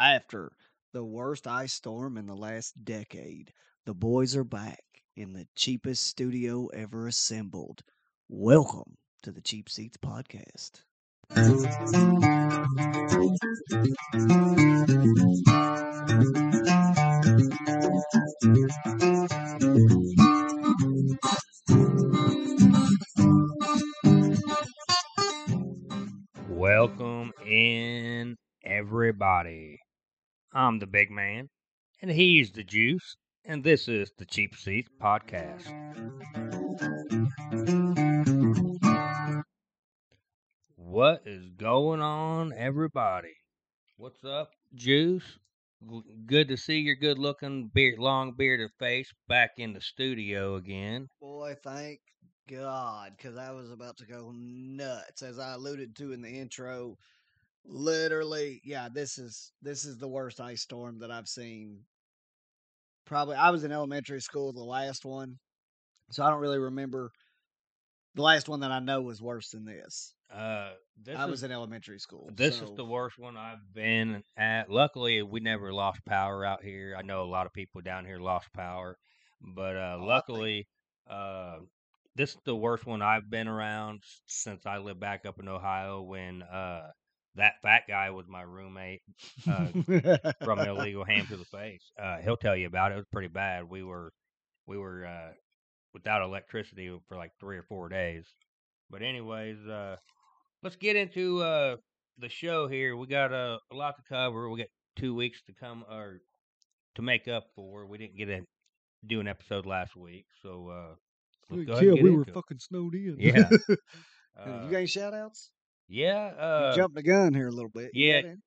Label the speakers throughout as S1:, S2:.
S1: After the worst ice storm in the last decade, the boys are back in the cheapest studio ever assembled. Welcome to the Cheap Seats Podcast.
S2: Welcome in, everybody. I'm the big man, and he's the juice, and this is the Cheap Seats Podcast. What is going on, everybody? What's up, Juice? G- Good to see your good looking, beard, long bearded face back in the studio again.
S1: Boy, thank God, because I was about to go nuts, as I alluded to in the intro. Literally, yeah, this is this is the worst ice storm that I've seen. Probably, I was in elementary school the last one, so I don't really remember. The last one that I know was worse than this.
S2: Uh, this
S1: I
S2: is-
S1: was in elementary school.
S2: This
S1: so-
S2: is the worst one I've been at. Luckily, we never lost power out here. I know a lot of people down here lost power, but uh,
S1: Oh, I think-
S2: luckily, uh, this is the worst one I've been around s- since I lived back up in Ohio when uh, that fat guy was my roommate uh, from E an illegal hand to the face. Uh, he'll tell you about it. It was pretty bad. We were we were uh, without electricity for like three or four days. But anyways, uh, let's get into uh, the show here. We got uh, a lot to cover. We got two weeks to come or to make up for. We didn't get to do an episode last week, so uh, let's go ahead and get into it.
S3: fucking snowed in.
S2: Yeah.
S1: Hey,
S2: Uh,
S1: you got any shout outs?
S2: yeah. Uh,
S1: Jump the gun here a little bit. You
S2: yeah.
S1: got any?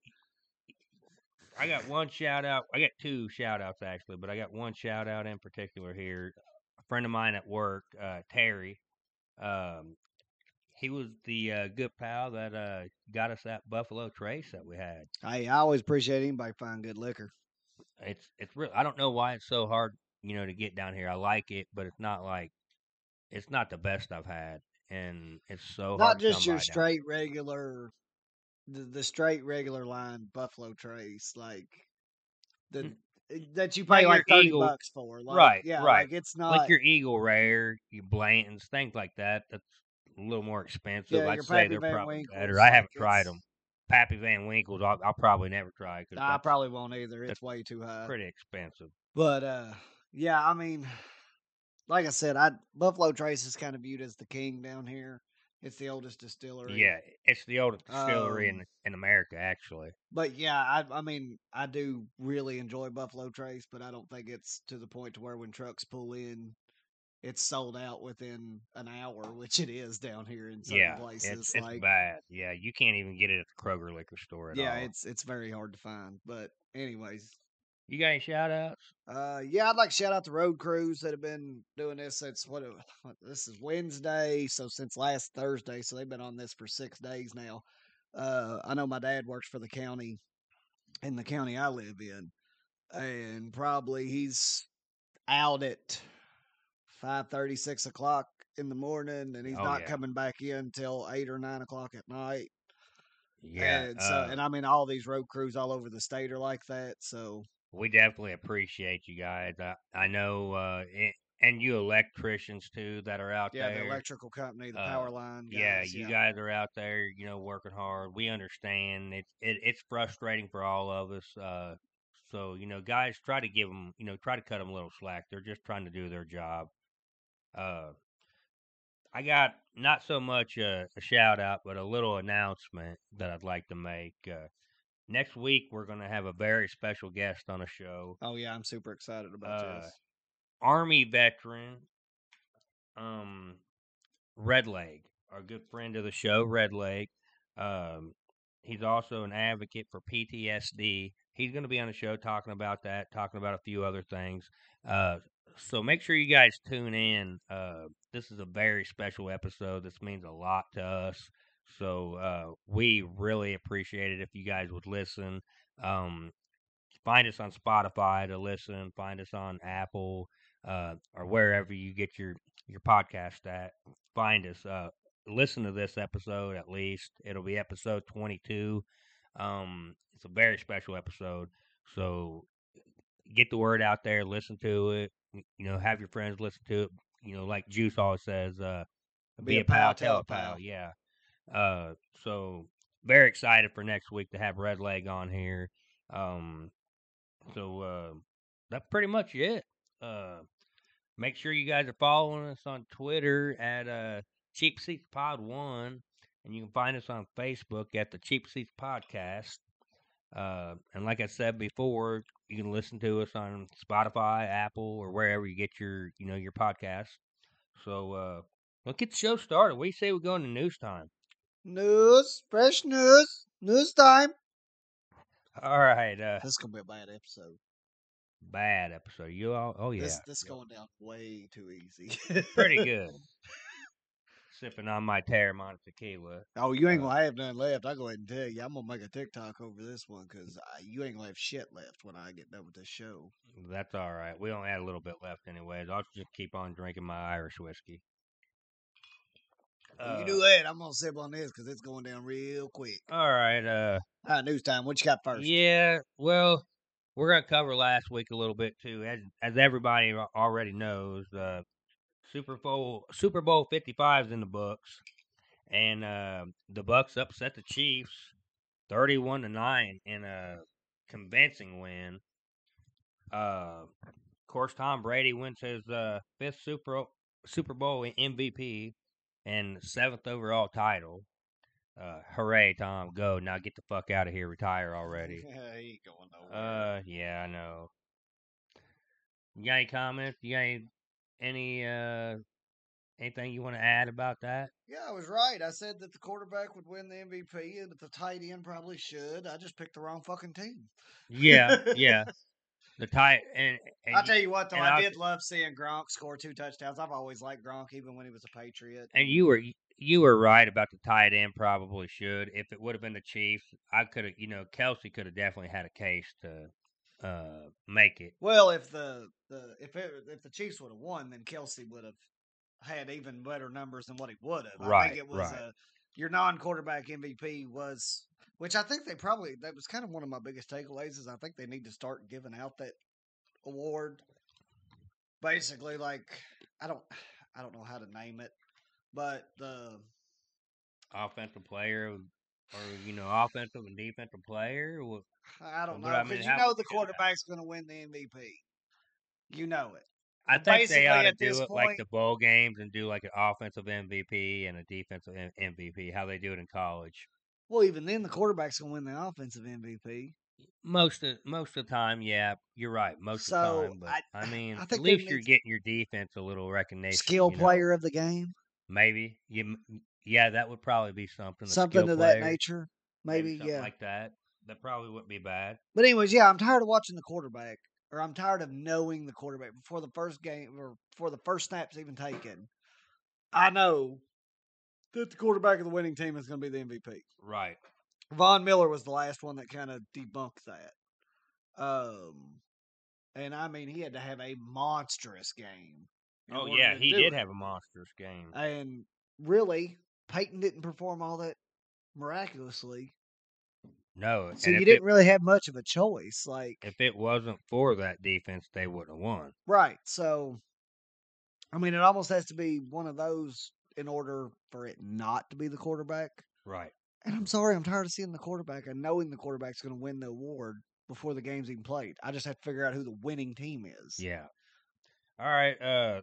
S2: I got one shout out. I got two shout outs actually, but I got one shout out in particular here. A friend of mine at work, uh, Terry, um, he was the uh, good pal that uh, got us that Buffalo Trace that we had.
S1: Hey, I always appreciate anybody find good liquor.
S2: It's it's real. I don't know why it's so hard, you know, to get down here. I like it, but it's not like it's not the best I've had, and it's so hard
S1: Not
S2: to
S1: just your
S2: come by down-
S1: straight regular, the, the straight regular line Buffalo Trace, like the eh,
S2: Mm.
S1: that you pay
S2: your
S1: like thirty
S2: Eagle-
S1: bucks for. Like,
S2: Right,
S1: Yeah.
S2: right.
S1: Like it's not.
S2: like your Eagle Rare, your Blantons, things like that. That's a little more expensive.
S1: Yeah,
S2: I'd
S1: your
S2: say
S1: Pappy
S2: they're
S1: Van
S2: probably
S1: Winkles,
S2: better. I haven't
S1: like,
S2: tried
S1: it's-
S2: them. Pappy Van Winkle's, I'll, I'll probably never try because
S1: I
S2: that's
S1: probably uh, won't either. It's
S2: that's
S1: way too high.
S2: pretty expensive.
S1: But uh yeah, I mean, like I said, I Buffalo Trace is kind of viewed as the king down here. It's the oldest distillery.
S2: Yeah, it's the oldest distillery
S1: Um,
S2: in in America, actually.
S1: But yeah, I I mean I do really enjoy Buffalo Trace, but I don't think it's to the point to where when trucks pull in, it's sold out within an hour, which it is down here in certain
S2: Yeah,
S1: places.
S2: it's, it's
S1: like
S2: bad. Yeah, you can't even get it at the Kroger liquor store at
S1: yeah,
S2: all.
S1: it's it's very hard to find. But anyways,
S2: You got any shout outs?
S1: uh, yeah, I'd like to shout out the road crews that have been doing this since what, uh, what this is Wednesday, so since last Thursday, so they've been on this for six days now. Uh, I know my dad works for the county in the county I live in, and probably he's out at five thirty, six o'clock in the morning, and he's
S2: Oh,
S1: not
S2: yeah.
S1: coming back in till eight or nine o'clock at night.
S2: Yeah,
S1: and, so,
S2: uh,
S1: and I mean all these road crews all over the state are like that. So
S2: we definitely appreciate you guys. I, I know, uh, and, and you electricians too that are out
S1: yeah,
S2: there.
S1: the electrical company, the
S2: uh,
S1: power line.
S2: yeah,
S1: guys,
S2: you guys are out there, you know, working hard. We understand it's it, it's frustrating for all of us. Uh, so you know, guys, try to give them, you know, try to cut them a little slack. They're just trying to do their job. Uh, I got not so much a, a shout out, but a little announcement that I'd like to make. Uh, next week, we're going to have a very special guest on the show.
S1: Oh yeah, I'm super excited about
S2: Uh,
S1: this.
S2: Army veteran, um, Red Leg, our good friend of the show, Red Leg. Um, he's also an advocate for PTSD. He's going to be on the show talking about that, talking about a few other things. Uh, so make sure you guys tune in. Uh, this is a very special episode. This means a lot to us. So uh, we really appreciate it if you guys would listen. Um, find us on Spotify to listen. Find us on Apple uh, or wherever you get your your podcast at. Find us. Uh, listen to this episode at least. It'll be episode twenty two. Um, it's a very special episode. So get the word out there, listen to it. y- You know, have your friends listen to it. You know, like Juice always says, uh,
S1: Be a pal, tell a pal.
S2: Yeah. Uh, so very excited for next week to have Red Leg on here. Um, so uh, that's pretty much it. Uh, make sure you guys are following us on Twitter at uh, Cheap Seats Pod One, and you can find us on Facebook at the Cheap Seats Podcast. Uh, and like I said before, you can listen to us on Spotify, Apple, or wherever you get your you know your podcast. So uh, let's get the show started. What do you say we go into news time?
S1: News, fresh news, news time.
S2: All right, uh,
S1: This is gonna be a bad episode.
S2: bad episode. You all? Oh yeah,
S1: This this is
S2: Yeah.
S1: going down way too easy.
S2: pretty good. Sipping on my Terramont tequila.
S1: Oh, you ain't
S2: Uh,
S1: gonna have nothing left. I go ahead and tell you, I'm gonna make a TikTok over this one because you ain't gonna have shit left when I get done with this show.
S2: That's all right. We only had a little bit left, anyways. I'll just keep on drinking my Irish whiskey.
S1: you
S2: Uh,
S1: do that, I'm gonna sip on this because it's going down real quick.
S2: All right. Uh,
S1: All right, news time. What you got first?
S2: yeah. Well, we're gonna cover last week a little bit too, as as everybody al- already knows. Uh, Super Bowl Super Bowl Fifty Five is in the books, and uh, the Bucks upset the Chiefs, thirty-one to nine, in a convincing win. Uh, of course, Tom Brady wins his uh, fifth Super Super Bowl MVP and seventh overall title. Uh, hooray, Tom! Go now, get the fuck out of here. Retire already.
S1: Yeah, he ain't going nowhere.
S2: Uh, yeah, I know. You got any comments? You got any, any uh anything you want to add about that?
S1: yeah, I was right. I said that the quarterback would win the MVP and that the tight end probably should. I just picked the wrong fucking team.
S2: Yeah, yeah. The tight and, and
S1: I'll
S2: you-
S1: tell you what, though,
S2: and
S1: I
S2: I'll-
S1: did love seeing Gronk score two touchdowns. I've always liked Gronk, even when he was a Patriot.
S2: and you were you were right about the tight end probably should. If it would have been the Chiefs, I could have you know Kelsey could have definitely had a case to uh, make it.
S1: Well, if the, the if it, if the Chiefs would have won, then Kelsey would have had even better numbers than what he would have. I
S2: Right,
S1: think it was
S2: right.
S1: uh, your non-quarterback MVP was, which I think they probably that was kind of one of my biggest takeaways is I think they need to start giving out that award. Basically, like I don't I don't know how to name it, but the
S2: Offensive player or you know offensive and defensive player. wha-
S1: I don't know
S2: But I
S1: because
S2: mean,
S1: you
S2: how-
S1: know the quarterback's going to win the MVP. You know it.
S2: I think
S1: basically,
S2: they ought to
S1: at this
S2: do it like
S1: point-
S2: the bowl games and do like an offensive MVP and a defensive M- MVP, how they do it in college.
S1: Well, even then, the quarterback's going to win the offensive MVP.
S2: Most of most of the time, yeah, you're right. Most of
S1: So,
S2: the time, but
S1: I-
S2: I, mean,
S1: I
S2: at
S1: think they
S2: least you're
S1: need-
S2: getting your defense a little recognition.
S1: Skill
S2: you know?
S1: player of the game,
S2: maybe you, m- yeah, that would probably be something. a
S1: something
S2: skill
S1: of that
S2: player,
S1: nature. Maybe,
S2: something
S1: yeah.
S2: like that. That probably wouldn't be bad.
S1: but anyways, yeah, I'm tired of watching the quarterback, or I'm tired of knowing the quarterback before the first game or before the first snap's even taken. I know that the quarterback of the winning team is going to be the MVP.
S2: Right.
S1: Von Miller was the last one that kind of debunked that. Um, and I mean, he had to have a monstrous game. in
S2: Oh
S1: order
S2: yeah,
S1: to
S2: he
S1: do Uh, it.
S2: did have a monstrous game.
S1: And really, Peyton didn't perform all that miraculously,
S2: no,
S1: so
S2: and
S1: you
S2: if
S1: didn't
S2: it,
S1: really have much of a choice. Like,
S2: if it wasn't for that defense, they would have won.
S1: right? So, I mean, it almost has to be one of those in order for it not to be the quarterback.
S2: Right.
S1: And I'm sorry, I'm tired of seeing the quarterback and knowing the quarterback's going to win the award before the game's even played. I just have to figure out who the winning team is.
S2: Yeah. All right. Uh,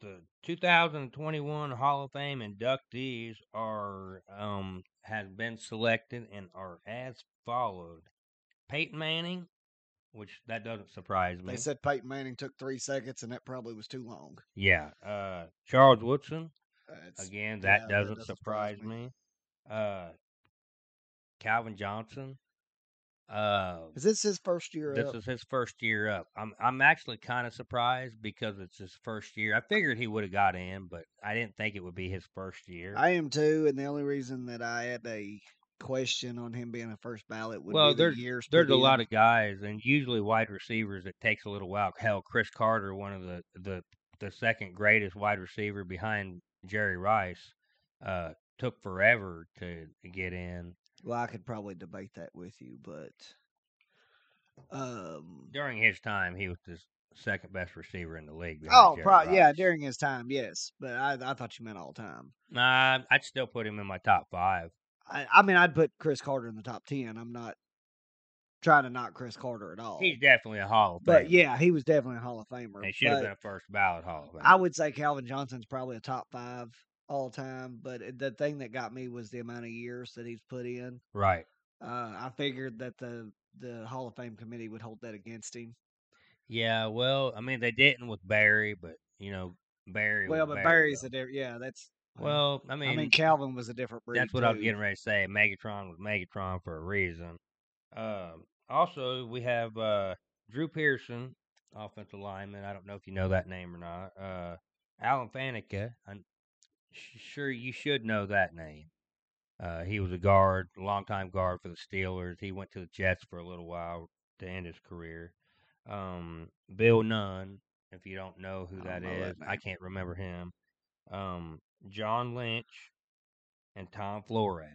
S2: the 2021 Hall of Fame inductees are um has been selected and are as followed: Peyton Manning, which that doesn't surprise me.
S1: They said Peyton Manning took three seconds, and that probably was too long. Uh,
S2: yeah. Uh, Charles Woodson.
S1: That's-
S2: Again,
S1: yeah, that
S2: that doesn't,
S1: doesn't surprise
S2: surprise me. Uh, Calvin Johnson. Uh,
S1: is uh this his first year?
S2: This
S1: up?
S2: is his first year up. I'm I'm actually kind of surprised because it's his first year. I figured he would have got in, but I didn't think it would be his first year.
S1: I am too, and the only reason that I had a question on him being a first ballot would
S2: Well,
S1: be
S2: there-
S1: the years.
S2: There's a lot of guys, and usually wide receivers. It takes a little while. Hell, Chris Carter, one of the the the second greatest wide receiver behind Jerry Rice, uh, took forever to get in.
S1: Well, I could probably debate that with you, but um,
S2: During his time, he was the second best receiver in the league. behind
S1: oh,
S2: Jerry
S1: probably yeah,
S2: Rice.
S1: during his time, yes. But I, I thought you meant all time.
S2: Nah, I'd still put him in my top five.
S1: I, I mean, I'd put Chris Carter in the top ten. I'm not trying to knock Chris Carter at all,
S2: He's definitely a Hall of Famer.
S1: Oh. but yeah, he was definitely a Hall of Famer.
S2: he should have
S1: but-
S2: been a first ballot Hall of Famer.
S1: I would say Calvin Johnson's probably a top five all time, but it- the thing that got me was the amount of years that he's put in.
S2: right.
S1: Uh, I figured that the the Hall of Fame committee would hold that against him.
S2: Yeah, well, I mean, they didn't with Barry, but, you know, Barry.
S1: well,
S2: was
S1: but
S2: Barry,
S1: Barry's
S2: though.
S1: a different. Yeah, that's.
S2: Well, I mean,
S1: I mean, Calvin was a different breed.
S2: that's what I was
S1: too.
S2: getting ready to say. Megatron was Megatron for a reason. Um, also, we have uh, Drew Pearson, offensive lineman. I don't know if you know that name or not. Uh, Alan Faneca. I'm sh- sure you should know that name. Uh, he was a guard, longtime guard for the Steelers. He went to the Jets for a little while to end his career. Um, Bill Nunn, if you don't know who
S1: I
S2: that
S1: don't know that
S2: is, I
S1: name.
S2: can't remember him. Um, John Lynch and Tom Flores.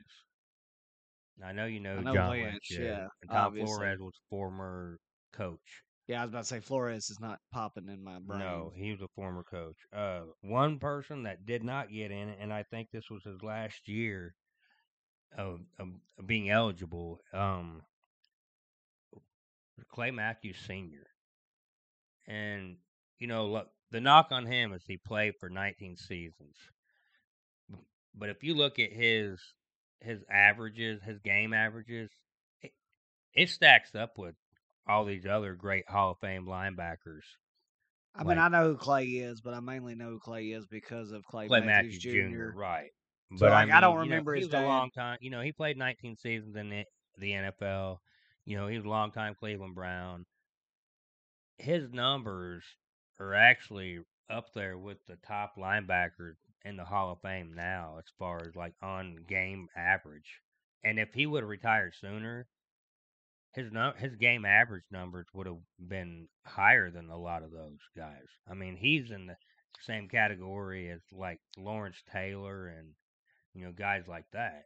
S2: Now, I know you know,
S1: I know
S2: John
S1: Lynch,
S2: Lynch,
S1: yeah,
S2: and Tom
S1: obviously.
S2: Flores was former coach.
S1: Yeah, I was about to say Flores is not popping in my brain.
S2: No, he was a former coach. Uh, one person that did not get in, and I think this was his last year of, of being eligible. Um, Clay Matthews Senior, and you know, look, the knock on him is he played for 19 seasons, but if you look at his his averages, his game averages, it, it stacks up with all these other great Hall of Fame linebackers.
S1: I mean,
S2: like-
S1: I know who Clay is, but I mainly know who Clay is because of Clay,
S2: Clay
S1: Matthews,
S2: Matthews, Jr.
S1: Jr.
S2: Right. But
S1: like, I don't
S2: you know,
S1: remember
S2: he
S1: his
S2: was
S1: dad.
S2: a long time. You know, he played 19 seasons in the, the NFL. You know, he was a long time Cleveland Brown. His numbers are actually up there with the top linebackers in the Hall of Fame now, as far as like on game average. And if he would have retired sooner, his num- his game average numbers would have been higher than a lot of those guys. I mean, he's in the same category as like Lawrence Taylor and you know guys like that.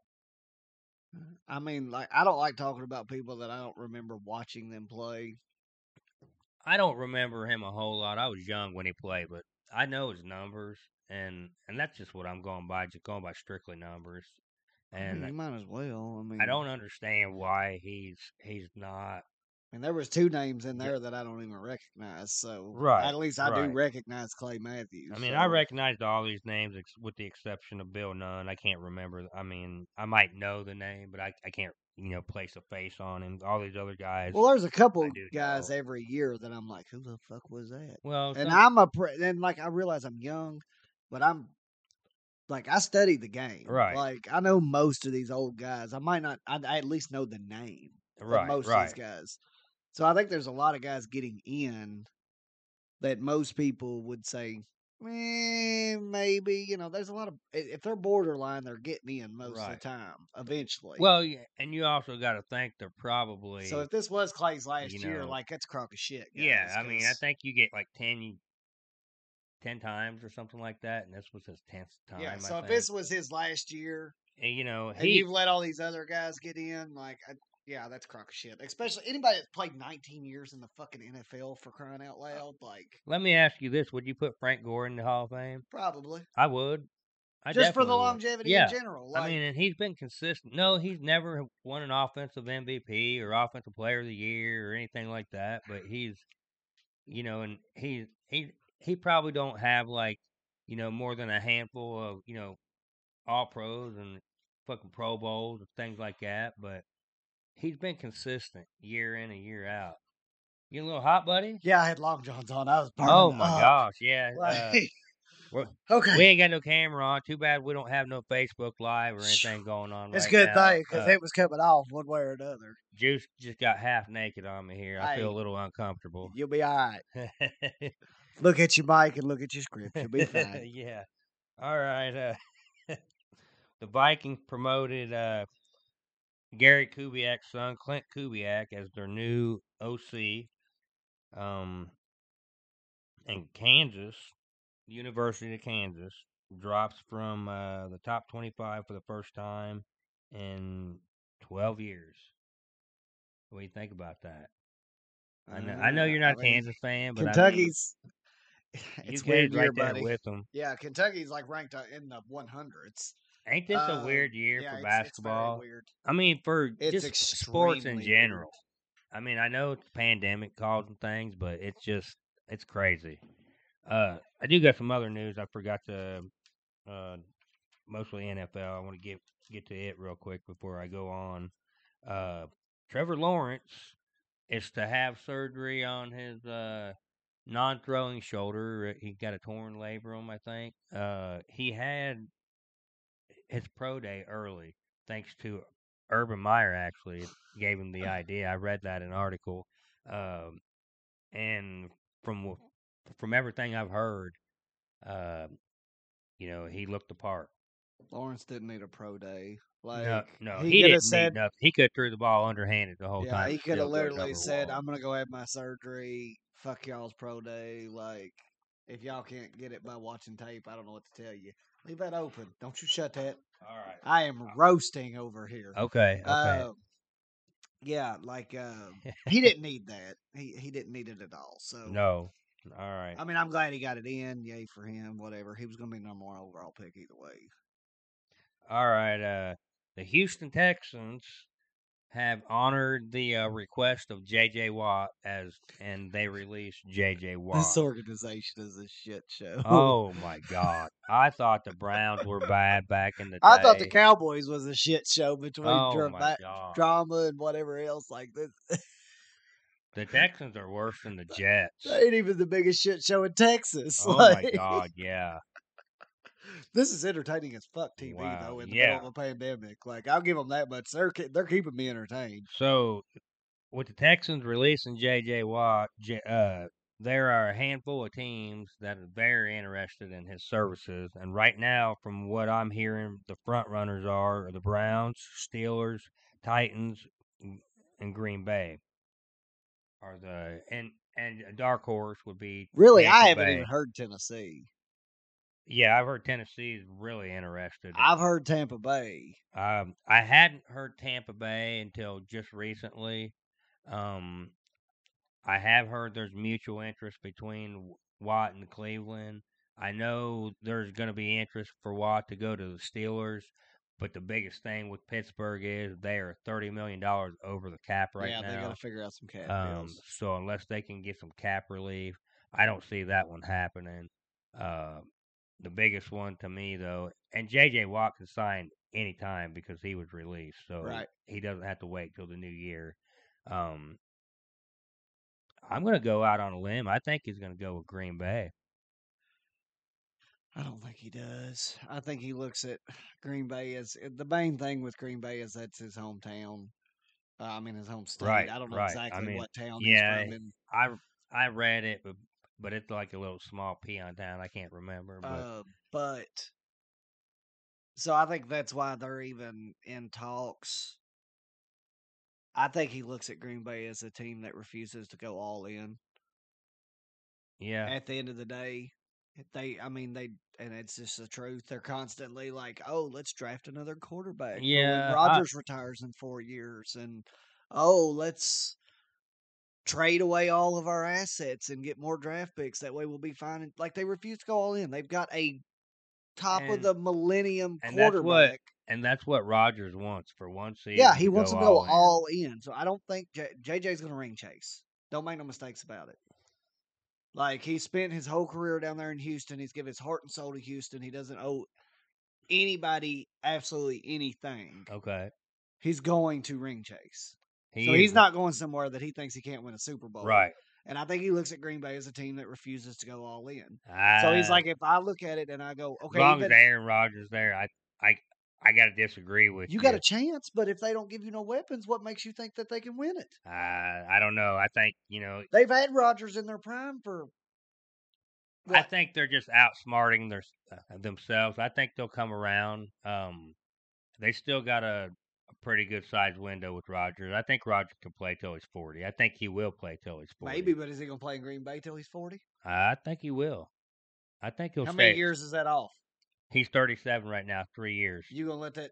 S1: I mean, like I don't like talking about people that I don't remember watching them play.
S2: I don't remember him a whole lot. I was young when he played, but I know his numbers and and that's just what I'm going by, just going by strictly numbers.
S1: I mean,
S2: And
S1: you might as well. I mean,
S2: I don't understand why he's he's not
S1: And there was two names in
S2: Yeah.
S1: there that I don't even recognize. So
S2: Right,
S1: at least I do
S2: right.
S1: recognize Clay Matthews.
S2: I mean, I
S1: so-
S2: recognized all these names ex- with the exception of Bill Nunn. I can't remember. th- I mean, I might know the name, but I, I can't, you know, place a face on him. All these other guys.
S1: Well, there's a couple
S2: I do
S1: guys
S2: know.
S1: every year that I'm like, who the fuck was that?
S2: well,
S1: And
S2: some-
S1: I'm a pre- and like I realize I'm young, but I'm like I studied the game.
S2: Right.
S1: Like I know most of these old guys. I might not. I, I at least know the name of
S2: right,
S1: most
S2: right.
S1: of these guys. So I think there's a lot of guys getting in that most people would say, eh, maybe. You know, there's a lot of i- if they're borderline, they're getting in most of
S2: Right.
S1: the time eventually.
S2: Well, yeah, and you also got to think they're probably.
S1: so if this was Clay's last
S2: you
S1: year,
S2: know,
S1: like that's crock of shit.
S2: yeah,
S1: guys,
S2: I mean, I
S1: 'cause-
S2: think you get like 10, 10 times or something like that, and this was his 10th time.
S1: Yeah,
S2: I
S1: so if
S2: think.
S1: this was his last year,
S2: And, you know,
S1: and
S2: he.
S1: you've let all these other guys get in, like, I, yeah, that's crock of shit. Especially anybody that's played 19 years in the fucking NFL for crying
S2: Uh,
S1: out loud, like,
S2: Let me ask you this: Would you put Frank Gore in the Hall of Fame?
S1: probably
S2: I would. I
S1: just for the
S2: definitely would.
S1: longevity
S2: Yeah.
S1: in general. Like,
S2: I mean, and he's been consistent. No, he's never won an offensive MVP or offensive player of the year or anything like that. But he's, you know, and he he he probably don't have like, you know, more than a handful of you know, all pros and fucking Pro Bowls and things like that. But he's been consistent year in and year out. You a little hot, buddy?
S1: yeah, I had long johns on. I was burning
S2: Oh my
S1: up.
S2: gosh, yeah. uh,
S1: Like,
S2: we're-
S1: okay,
S2: we ain't got no camera on. Too bad we don't have no Facebook Live or anything going on.
S1: it's
S2: right
S1: good
S2: now.
S1: thing because
S2: Uh,
S1: it was coming off one way or another.
S2: Juice just got half naked on me here. I feel
S1: Hey.
S2: a little uncomfortable.
S1: You'll be all right. Look at your mic and look at your script. You'll be fine.
S2: yeah. All right. Uh, the Vikings promoted uh, Gary Kubiak's son, Clint Kubiak, as their new OC. Um, and Kansas, University of Kansas, drops from uh, the top 25 for the first time in 12 years. What do you think about that? I know, I know you're not a
S1: I mean,
S2: Kansas fan, but
S1: Mm-hmm, Kentucky's.
S2: I mean, you
S1: it's
S2: kids
S1: weird year,
S2: right there
S1: buddy.
S2: with them.
S1: Yeah, Kentucky's like ranked uh, in the 100s.
S2: Ain't this a
S1: Uh,
S2: weird year
S1: yeah,
S2: for
S1: it's- it's very
S2: basketball?
S1: weird.
S2: I mean, for
S1: It's
S2: just sports in
S1: extremely
S2: general. I mean, I know it's pandemic causing things, but it's just it's crazy. Uh, I do got some other news. I forgot to uh, mostly NFL. I want to get get to it real quick before I go on. Uh, Trevor Lawrence is to have surgery on his uh, non-throwing shoulder. uh, He got a torn labrum, I think. Uh, he had his pro day early, thanks to Urban Meyer. Actually, gave him the
S1: Uh-huh.
S2: idea. I read that in an article, um, and from wh- from everything I've heard, uh, you know, he looked the part.
S1: Lawrence didn't need a pro day. Like
S2: No, no,
S1: he,
S2: he,
S1: could
S2: didn't
S1: have said,
S2: need nothing. He could have threw the ball underhanded the whole
S1: yeah,
S2: time.
S1: he
S2: and
S1: could
S2: still
S1: have
S2: threw it
S1: literally
S2: over the
S1: said,
S2: wall.
S1: "I'm gonna go have my surgery. Fuck y'all's pro day. Like, if y'all can't get it by watching tape, I don't know what to tell you. Leave that open. Don't you shut that.
S2: All right.
S1: I am roasting over here.
S2: Oh, Okay. Okay.
S1: Uh, yeah, like uh, he didn't need that. He he didn't need it at all. So
S2: no. All right.
S1: I mean, I'm glad he got it in. Yay for him. Whatever. He was gonna be number one overall pick either way.
S2: All right. Uh, the Houston Texans have honored the uh, request of J.J. Watt as, and they released J.J. Watt.
S1: This organization is a shit show.
S2: oh my God! I thought the Browns were bad back in the day.
S1: I thought the Cowboys was a shit show between
S2: oh
S1: dra-
S2: my
S1: ba-
S2: God.
S1: drama and whatever else. Like this,
S2: the Texans are worse than the Jets.
S1: that ain't even the biggest shit show in Texas.
S2: Oh
S1: like,
S2: my God! Yeah.
S1: This is entertaining as fuck TV
S2: Wow,
S1: though in the
S2: yeah.
S1: middle of a pandemic. Like I'll give them that much. They're ke- they're keeping me entertained.
S2: So, with the Texans releasing J.J. Watt, J, uh, there are a handful of teams that are very interested in his services. And right now, from what I'm hearing, the front runners are the Browns, Steelers, Titans, and- and Green Bay. Are the and and a dark horse would be
S1: Really,
S2: Tampa
S1: I haven't
S2: Bay.
S1: even heard Tennessee.
S2: Yeah, I've heard Tennessee is really interested.
S1: I've heard Tampa Bay.
S2: Um, I hadn't heard Tampa Bay until just recently. Um, I have heard there's mutual interest between W- Watt and Cleveland. I know there's going to be interest for Watt to go to the Steelers, but the biggest thing with Pittsburgh is they are thirty million dollars over the cap right
S1: yeah, they
S2: now.
S1: gotta figure out some cap
S2: Um,
S1: deals.
S2: so unless they can get some cap relief, I don't see that one happening. Uh, the biggest one to me though, and JJ Watt can sign anytime because he was released, so
S1: Right.
S2: he doesn't have to wait till the new year. Um, I'm gonna go out on a limb. I think he's gonna go with Green Bay.
S1: I don't think he does. I think he looks at Green Bay as eh, the main thing with Green Bay is that's his hometown. Uh, I mean, his home state.
S2: Right,
S1: I don't know
S2: right. I
S1: exactly
S2: mean,
S1: what town
S2: yeah,
S1: he's from. In.
S2: I I read it, but but it's like a little small peon town. I can't remember, but
S1: Uh, but so I think that's why they're even in talks. I think he looks at Green Bay as a team that refuses to go all in.
S2: yeah,
S1: At the end of the day, they, I mean, they, and it's just the truth. They're constantly like, "Oh, let's draft another quarterback." for
S2: Yeah, I-
S1: when Rodgers retires in four years, and oh, let's trade away all of our assets and get more draft picks. That way, we'll be fine. Like they refuse to go all in. They've got a top of
S2: And-
S1: the millennium
S2: and that's what-
S1: quarterback.
S2: and that's what Rogers wants for one season.
S1: Yeah, he wants to go
S2: in.
S1: all in. So I don't think J- JJ's going to ring chase. Don't make no mistakes about it. Like he spent his whole career down there in Houston. He's given his heart and soul to Houston. He doesn't owe anybody absolutely anything.
S2: Okay,
S1: He's going to ring chase.
S2: he
S1: so
S2: is
S1: he's
S2: the-
S1: not going somewhere that he thinks he can't win a Super Bowl.
S2: right.
S1: And I think he looks at Green Bay as a team that refuses to go all in. So he's
S2: Ah,
S1: like, if I look at it and I go, okay,
S2: as long
S1: even-
S2: as Aaron Rodgers there, I I I gotta disagree with you.
S1: you got a chance, but if they don't give you no weapons, what makes you think that they can win it?
S2: Uh, I don't know. I think you know.
S1: They've had Rodgers in their prime for
S2: I
S1: what?
S2: think they're just outsmarting their uh, themselves. I think they'll come around. Um, they still got a, a pretty good sized window with Rodgers. I think Rodgers can play till he's forty. I think he will play till he's forty.
S1: maybe, but is he gonna play in Green Bay till he's forty?
S2: I think he will. I think he'll
S1: How
S2: stay.
S1: many years is that off?
S2: He's thirty seven right now. Three years.
S1: You gonna let that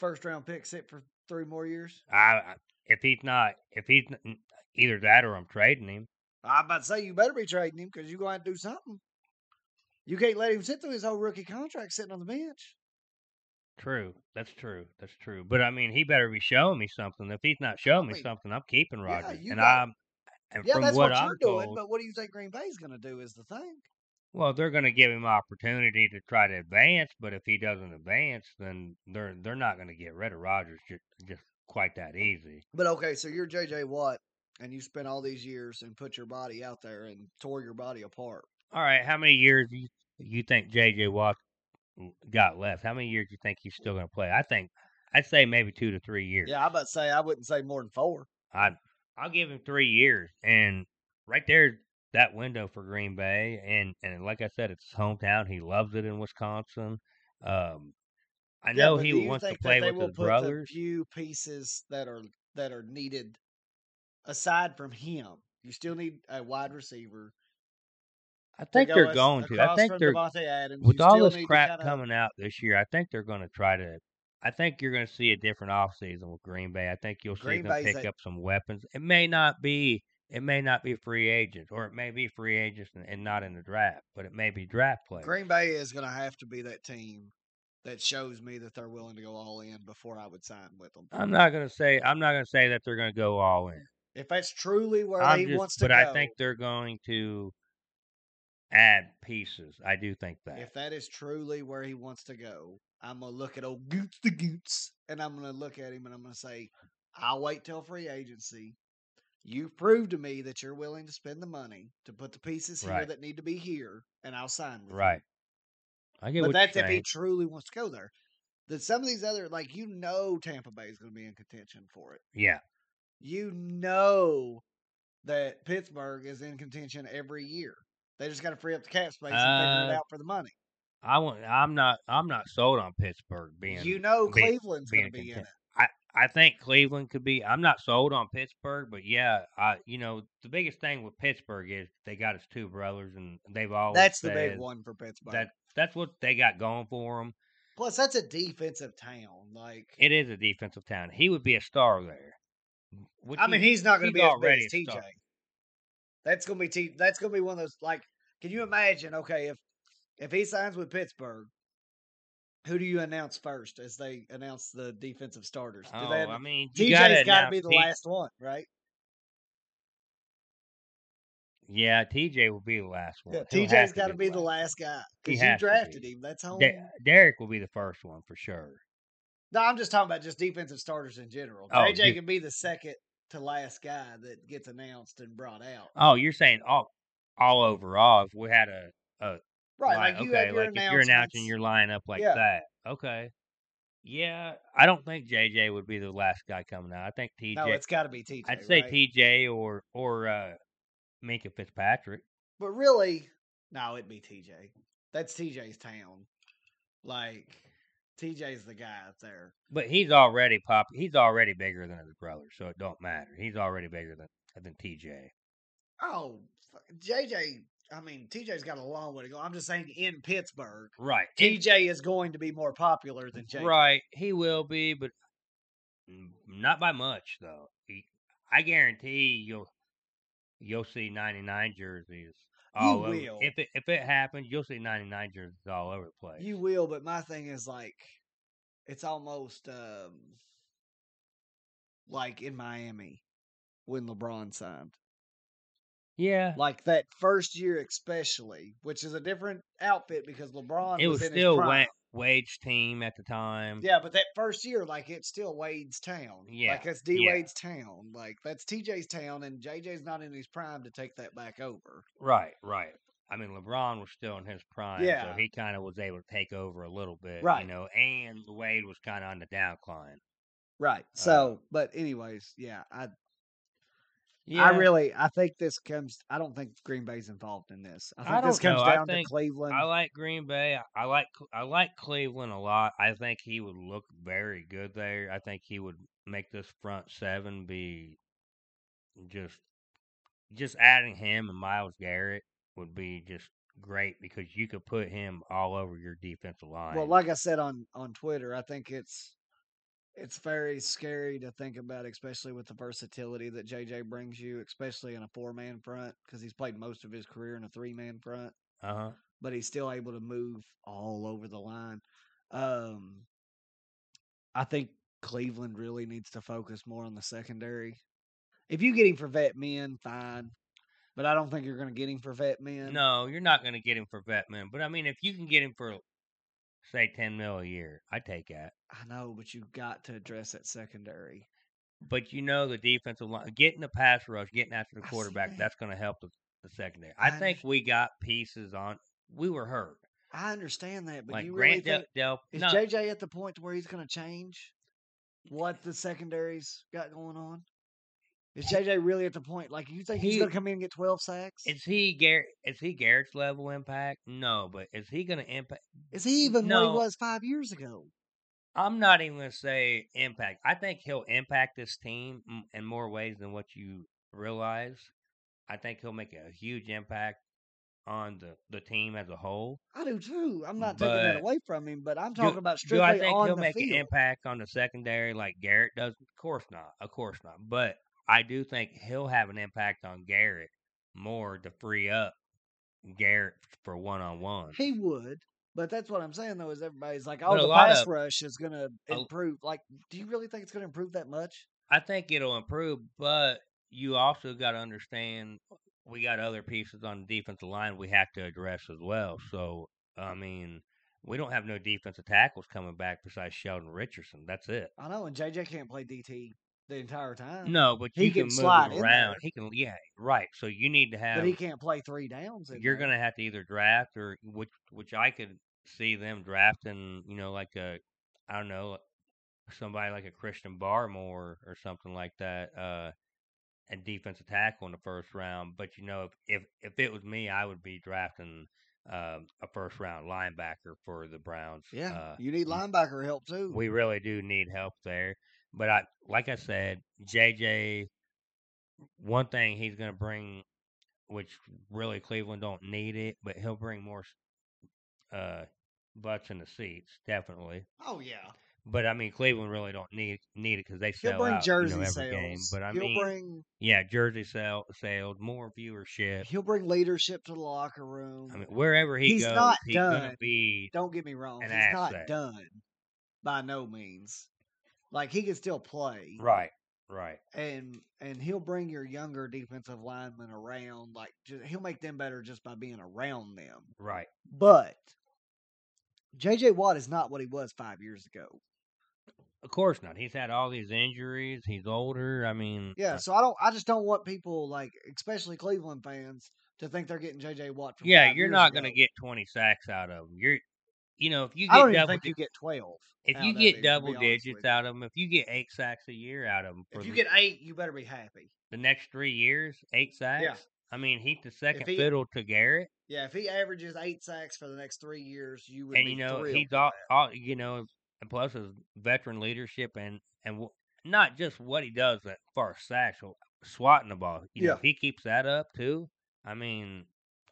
S1: first round pick sit for three more years?
S2: I, I if he's not if he's n- either that or I'm trading him.
S1: I'm about to say you better be trading him because you're going to have to do something. You can't let him sit through his whole rookie contract sitting on the bench.
S2: True, that's true, that's true. But I mean, he better be showing me something. If he's not showing me
S1: Right.
S2: something, I'm keeping
S1: Yeah,
S2: Rogers,
S1: you
S2: and
S1: got-
S2: I'm and
S1: Yeah,
S2: from
S1: that's
S2: what,
S1: what,
S2: I'm
S1: you're
S2: told,
S1: doing, but what do you think Green Bay's going to do is the thing.
S2: well, they're going to give him opportunity to try to advance. But if he doesn't advance, then they're they're not going to get rid of Rogers just, just quite that easy.
S1: But okay, so you're JJ Watt, and you spent all these years and put your body out there and tore your body apart.
S2: All right, how many years do you, you think JJ Watt got left? How many years do you think he's still going to play? I think I'd say maybe two to three years.
S1: Yeah, I'm about to say I wouldn't say more than four.
S2: I I'll give him three years, and right there, that window for Green Bay, and and like I said, it's his hometown. He loves it in Wisconsin. Um, I
S1: Yeah,
S2: know
S1: but do
S2: he
S1: you
S2: wants to
S1: think that
S2: play
S1: they
S2: with
S1: will
S2: his
S1: put the
S2: brothers.
S1: few pieces that are that are needed aside from him. You still need a wide receiver.
S2: I
S1: to
S2: think
S1: go
S2: they're
S1: as-
S2: going to. I
S1: across
S2: think
S1: from
S2: they're
S1: Devontae Adams.
S2: with
S1: You
S2: all
S1: still
S2: this
S1: need to
S2: crap
S1: kinda-
S2: coming out this year. I think they're going to try to. I think you're going to see a different offseason with Green Bay. I think you'll
S1: Green
S2: see them
S1: Bay's
S2: pick
S1: a-
S2: up some weapons. It may not be. It may not be free agents, or it may be free agents and, and not in the draft, but it may be draft players.
S1: Green Bay is going to have to be that team that shows me that they're willing to go all in before I would sign with them.
S2: I'm not gonna say I'm not gonna say that they're gonna go all in.
S1: If that's truly where
S2: I'm
S1: he
S2: just-
S1: wants to
S2: but
S1: go,
S2: I think they're going to add pieces. I do think that.
S1: if that is truly where he wants to go, I'm gonna look at old Goots the Goots, and I'm gonna look at him and I'm gonna say, "I'll wait till free agency. You've proved to me that you're willing to spend the money to put the pieces here
S2: Right.
S1: that need to be here, and I'll sign with you."
S2: right. I get
S1: But
S2: what
S1: that's
S2: you're
S1: if he
S2: saying.
S1: truly wants to go there. That some of these other, like you know, Tampa Bay is going to be in contention for it.
S2: yeah.
S1: You know that Pittsburgh is in contention every year. They just got to free up the cap space and figure it
S2: Uh,
S1: out for the money.
S2: I want I'm not I'm not sold on Pittsburgh being
S1: you know,
S2: being-
S1: Cleveland's going to
S2: being
S1: be in it.
S2: content- I think Cleveland could be I'm not sold on Pittsburgh, but yeah, I you know, the biggest thing with Pittsburgh is they got his two brothers and they've always
S1: That's the big
S2: said
S1: one for Pittsburgh.
S2: That that's what they got going for them.
S1: Plus, that's a defensive town. Like,
S2: It is a defensive town. He would be a star there. Which
S1: I mean, he's not going to
S2: he's
S1: be as big
S2: already
S1: as
S2: a
S1: TJ.
S2: star.
S1: That's going to be T. That's going to be one of those. Like, can you imagine? Okay, if if he signs with Pittsburgh, who do you announce first as they announce the defensive starters? Do
S2: oh,
S1: they,
S2: I mean, you gotta
S1: TJ's got to
S2: announce
S1: be the
S2: T-
S1: last one, right?
S2: Yeah, TJ will be the last one.
S1: Yeah,
S2: He'll
S1: TJ's
S2: have
S1: got to be the last guy
S2: He
S1: because you
S2: has to be.
S1: drafted him. That's home.
S2: one. De- Derek will be the first one for sure.
S1: No, I'm just talking about just defensive starters in general.
S2: Oh,
S1: JJ
S2: you-
S1: can be the second to last guy that gets announced and brought out.
S2: Oh, you're saying all all overall? If we had a
S1: Right,
S2: line-
S1: like you
S2: okay,
S1: have your
S2: like if you're announcing
S1: announcements.
S2: your lineup like
S1: Yeah.
S2: that, okay. Yeah, I don't think JJ would be the last guy coming out. I think TJ.
S1: No, it's got to be TJ.
S2: I'd say
S1: right?
S2: TJ or or uh, Minka Fitzpatrick.
S1: But really, no, it'd be TJ. That's TJ's town. Like TJ's the guy out there.
S2: But he's already pop. He's already bigger than his brother, so it don't matter. He's already bigger than than TJ.
S1: Oh, fuck, JJ. I mean, TJ's got a long way to go. I'm just saying, in Pittsburgh,
S2: Right.
S1: TJ is going to be more popular than JJ.
S2: Right. He will be, but n- not by much though. He, I guarantee you'll you'll see 99 jerseys all over.
S1: will.
S2: If it if it happens, you'll see 99 jerseys all over the place.
S1: You will, but my thing is like, it's almost um like in Miami when LeBron signed.
S2: yeah.
S1: like that first year especially, which is a different outfit because LeBron
S2: It
S1: was,
S2: was
S1: in
S2: still
S1: his prime.
S2: wa- Wade's team at the time.
S1: Yeah, but that first year, like it's still Wade's town.
S2: Yeah,
S1: like that's D
S2: yeah.
S1: Wade's town. Like that's TJ's town, and JJ's not in his prime to take that back over.
S2: Right. Right. I mean, LeBron was still in his prime,
S1: Yeah.
S2: so he kind of was able to take over a little bit,
S1: Right.
S2: You know, and Wade was kind of on the downcline.
S1: Right. So,
S2: uh
S1: but anyways, yeah, I
S2: Yeah,
S1: I really I think this comes. I don't think Green Bay's involved in this. I
S2: I
S1: think this
S2: don't
S1: comes
S2: know. I
S1: down to
S2: think-
S1: Cleveland.
S2: I like Green Bay. I- I like Cle- I like Cleveland a lot. I think he would look very good there. I think he would make this front seven be just just adding him and Miles Garrett would be just great because you could put him all over your defensive line.
S1: Well, like I said on on Twitter, I think it's it's very scary to think about, especially with the versatility that JJ brings you, especially in a four man front, because he's played most of his career in a three man front,
S2: Uh huh.
S1: but he's still able to move all over the line. Um, I think Cleveland really needs to focus more on the secondary. If you get him for vet men, fine, but I don't think you're going to get him for vet men.
S2: No, you're not going to get him for Vetman. But I mean, if you can get him for, say, 10 mil a year, I take that.
S1: I know, but you've got to address that secondary.
S2: But you know, the defensive line, getting the pass rush, getting after the
S1: I see
S2: quarterback,
S1: that.
S2: that's going to help the, the secondary.
S1: I
S2: I, think we got pieces on. We were hurt.
S1: I understand that, but
S2: like
S1: you really
S2: Grant
S1: think,
S2: Del.
S1: Is
S2: no,
S1: JJ at the point to where he's going to change what the secondary's got going on? Is JJ really at the point like you think he's
S2: He-
S1: going to come in and get twelve sacks?
S2: is he Garrett? Is he Garrett's level impact? No, but is he going to impact?
S1: Is he even what
S2: No.
S1: he was five years ago?
S2: I'm not even going to say impact. I think he'll impact this team m- in more ways than what you realize. I think he'll make a huge impact on the, the team as a whole.
S1: I do too. I'm not taking that
S2: But-
S1: away from him, but I'm talking about
S2: Do I
S1: strictly
S2: think
S1: on
S2: he'll
S1: the
S2: make an
S1: field.
S2: impact on the secondary like Garrett does? Of course not. Of course not. But I do think he'll have an impact on Garrett more to free up Garrett for one on one.
S1: He would, but that's what I'm saying though. Is everybody's like, oh,
S2: But a
S1: the
S2: lot
S1: pass
S2: of-
S1: rush is going to
S2: a-
S1: improve. Like, do you really think it's going to improve that much?
S2: I think it'll improve, but you also got to understand uh, we got other pieces on the defensive line we have to address as well. So, I mean, we don't have no defensive tackles coming back besides Sheldon Richardson. That's it.
S1: I know, and JJ can't play DT the entire time.
S2: No, but
S1: He
S2: you
S1: can
S2: can,
S1: slide in
S2: move it
S1: there.
S2: around. He can, yeah, right. So you need to have.
S1: but he can't play three downs. in
S2: you're
S1: there.
S2: going to have to either draft or which, which I could see them drafting. You know, like a, I don't know, somebody like a Christian Barmore or something like that, uh, and defensive tackle in the first round. But you know, if if, if it was me, I would be drafting um, a first round linebacker for the Browns.
S1: Yeah,
S2: Uh,
S1: you need linebacker help too.
S2: we really do need help there. But I, like I said, JJ, one thing he's going to bring, which really Cleveland don't need it, but he'll bring more uh, butts in the seats, definitely.
S1: oh yeah,
S2: But I mean, Cleveland really don't need need it because they sell
S1: he'll bring
S2: out, you know,
S1: jersey
S2: every
S1: sales.
S2: game. But I
S1: he'll
S2: mean,
S1: bring
S2: yeah, jersey sale sales, more viewership.
S1: he'll bring leadership to the locker room.
S2: I mean, wherever he
S1: He's
S2: goes,
S1: not
S2: he's gonna
S1: done.
S2: be.
S1: Don't get me wrong,
S2: an
S1: he's
S2: asset.
S1: not done by no means. Like he can still play,
S2: Right, right.
S1: and and he'll bring your younger defensive linemen around. Like ju- he'll make them better just by being around them.
S2: Right.
S1: But JJ Watt is not what he was five years ago.
S2: Of course not. He's had all these injuries. He's older. I mean,
S1: Yeah,
S2: uh,
S1: so I don't. I just don't want people like, especially Cleveland fans, to think they're getting JJ Watt. From
S2: yeah.
S1: five
S2: You're
S1: years
S2: not gonna
S1: ago.
S2: get 20 sacks out of him. You're, you know, if you
S1: I
S2: get
S1: don't even
S2: double,
S1: think you get twelve.
S2: di- if
S1: out
S2: you
S1: of him,
S2: get
S1: to be
S2: double
S1: honest with
S2: digits
S1: you.
S2: out of him, if you get eight sacks a year out of him, for
S1: If you
S2: the-
S1: get eight, you better be happy.
S2: the next three years, eight sacks. I mean, he's the second
S1: he-
S2: fiddle to Garrett,
S1: Yeah, if he averages eight sacks for the next three years, you would.
S2: and
S1: be
S2: you know
S1: thrilled
S2: he's
S1: with
S2: all,
S1: that.
S2: all you know, and plus his veteran leadership and and w- not just what he does as far as sacks, but swatting the ball. You know,
S1: Yeah.
S2: if he keeps that up too, I mean,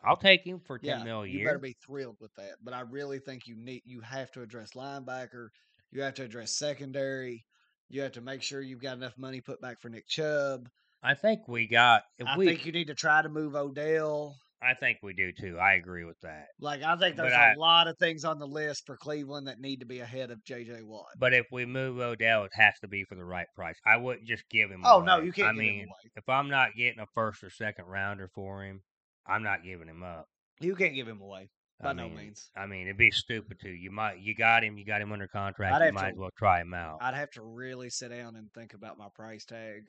S2: I'll take him for ten
S1: yeah,
S2: mil a
S1: you
S2: year.
S1: better be thrilled with that. But I really think you need you have to address linebacker. You have to address secondary. You have to make sure you've got enough money put back for Nick Chubb.
S2: I think we got. If
S1: I
S2: we,
S1: think you need to try to move Odell.
S2: I think we do too. I agree with that.
S1: Like I think
S2: But
S1: there's
S2: I-
S1: a lot of things on the list for Cleveland that need to be ahead of JJ Watt.
S2: But if we move Odell, it has to be for the right price. I wouldn't just give him.
S1: Oh no,
S2: away.
S1: you can't.
S2: I
S1: give
S2: mean,
S1: him away.
S2: if I'm not getting a first or second rounder for him, I'm not giving him up.
S1: You can't give him away.
S2: I
S1: By no
S2: mean,
S1: means.
S2: I mean, it'd be stupid to. You might, you got him, you got him under contract.
S1: I'd
S2: you
S1: have
S2: might
S1: to-
S2: as well try him out.
S1: I'd have to really sit down and think about my price tag.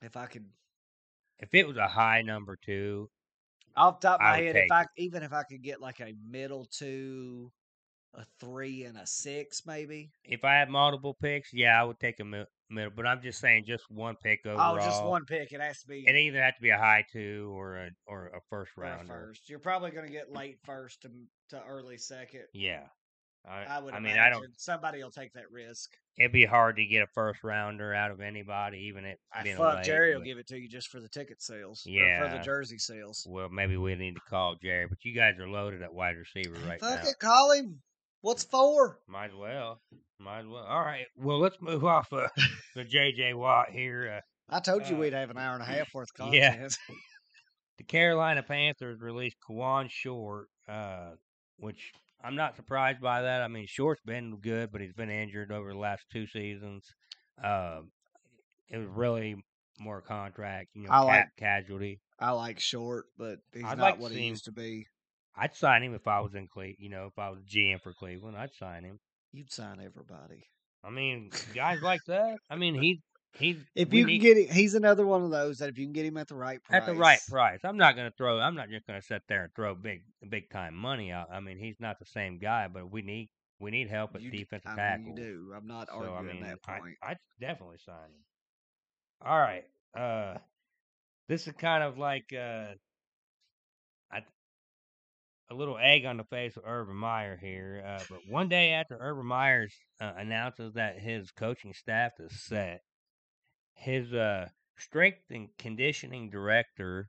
S1: If I could,
S2: if it was a high number two,
S1: off the top of
S2: I
S1: my
S2: would
S1: head,
S2: take
S1: if I even if I could get like a middle two, a three and a six, maybe.
S2: if I had multiple picks, yeah, I would take a mi- middle. But I'm just saying, just one pick overall.
S1: Oh, just one pick. It has to be
S2: It either had to be a high two or a or a first
S1: for a
S2: rounder.
S1: first. You're probably going to get late first to to early second.
S2: Yeah, I,
S1: I would.
S2: I mean, I
S1: imagine.
S2: don't.
S1: Somebody will take that risk.
S2: It'd be hard to get a first rounder out of anybody, even it
S1: I
S2: being
S1: fuck
S2: late,
S1: Jerry will
S2: but-
S1: give it to you just for the ticket sales. Or for
S2: Yeah.
S1: the jersey sales.
S2: Well, maybe we need to call Jerry, but you guys are loaded at wide receiver right
S1: fuck
S2: now.
S1: it, call him. What's for?
S2: Might as well. Might as well. All right. Well, let's move off uh, the JJ Watt here. Uh,
S1: I told you
S2: Uh,
S1: we'd have an hour and a half worth of
S2: yeah.
S1: content.
S2: the Carolina Panthers released Kawan Short, uh, which I'm not surprised by that. I mean, Short's been good, but he's been injured over the last two seasons. Um it was really more contract, you know,
S1: I
S2: cap
S1: like-
S2: casualty.
S1: I like short, but he's
S2: I'd
S1: not
S2: like to
S1: what
S2: see
S1: he
S2: him-
S1: used to be.
S2: I'd sign him if I was in Cleveland. You know, if I was GM for Cleveland, I'd sign him.
S1: You'd sign everybody.
S2: I mean, guys like that. I mean, he he.
S1: If
S2: we
S1: you
S2: need-
S1: can get him, he's another one of those that if you can get him at the right price.
S2: at the right price. I'm not going to throw. I'm not just going to sit there and throw big, big time money out. I mean, he's not the same guy, but we need we need help at
S1: you d-
S2: defensive
S1: I
S2: tackle.
S1: mean, you do. I'm not
S2: so I
S1: arguing
S2: mean,
S1: that
S2: I,
S1: point.
S2: I definitely sign him. All right, uh, this is kind of like uh, I, a little egg on the face of Urban Meyer here. Uh, but one day after Urban Meyer uh, announces that his coaching staff is set, his uh, strength and conditioning director,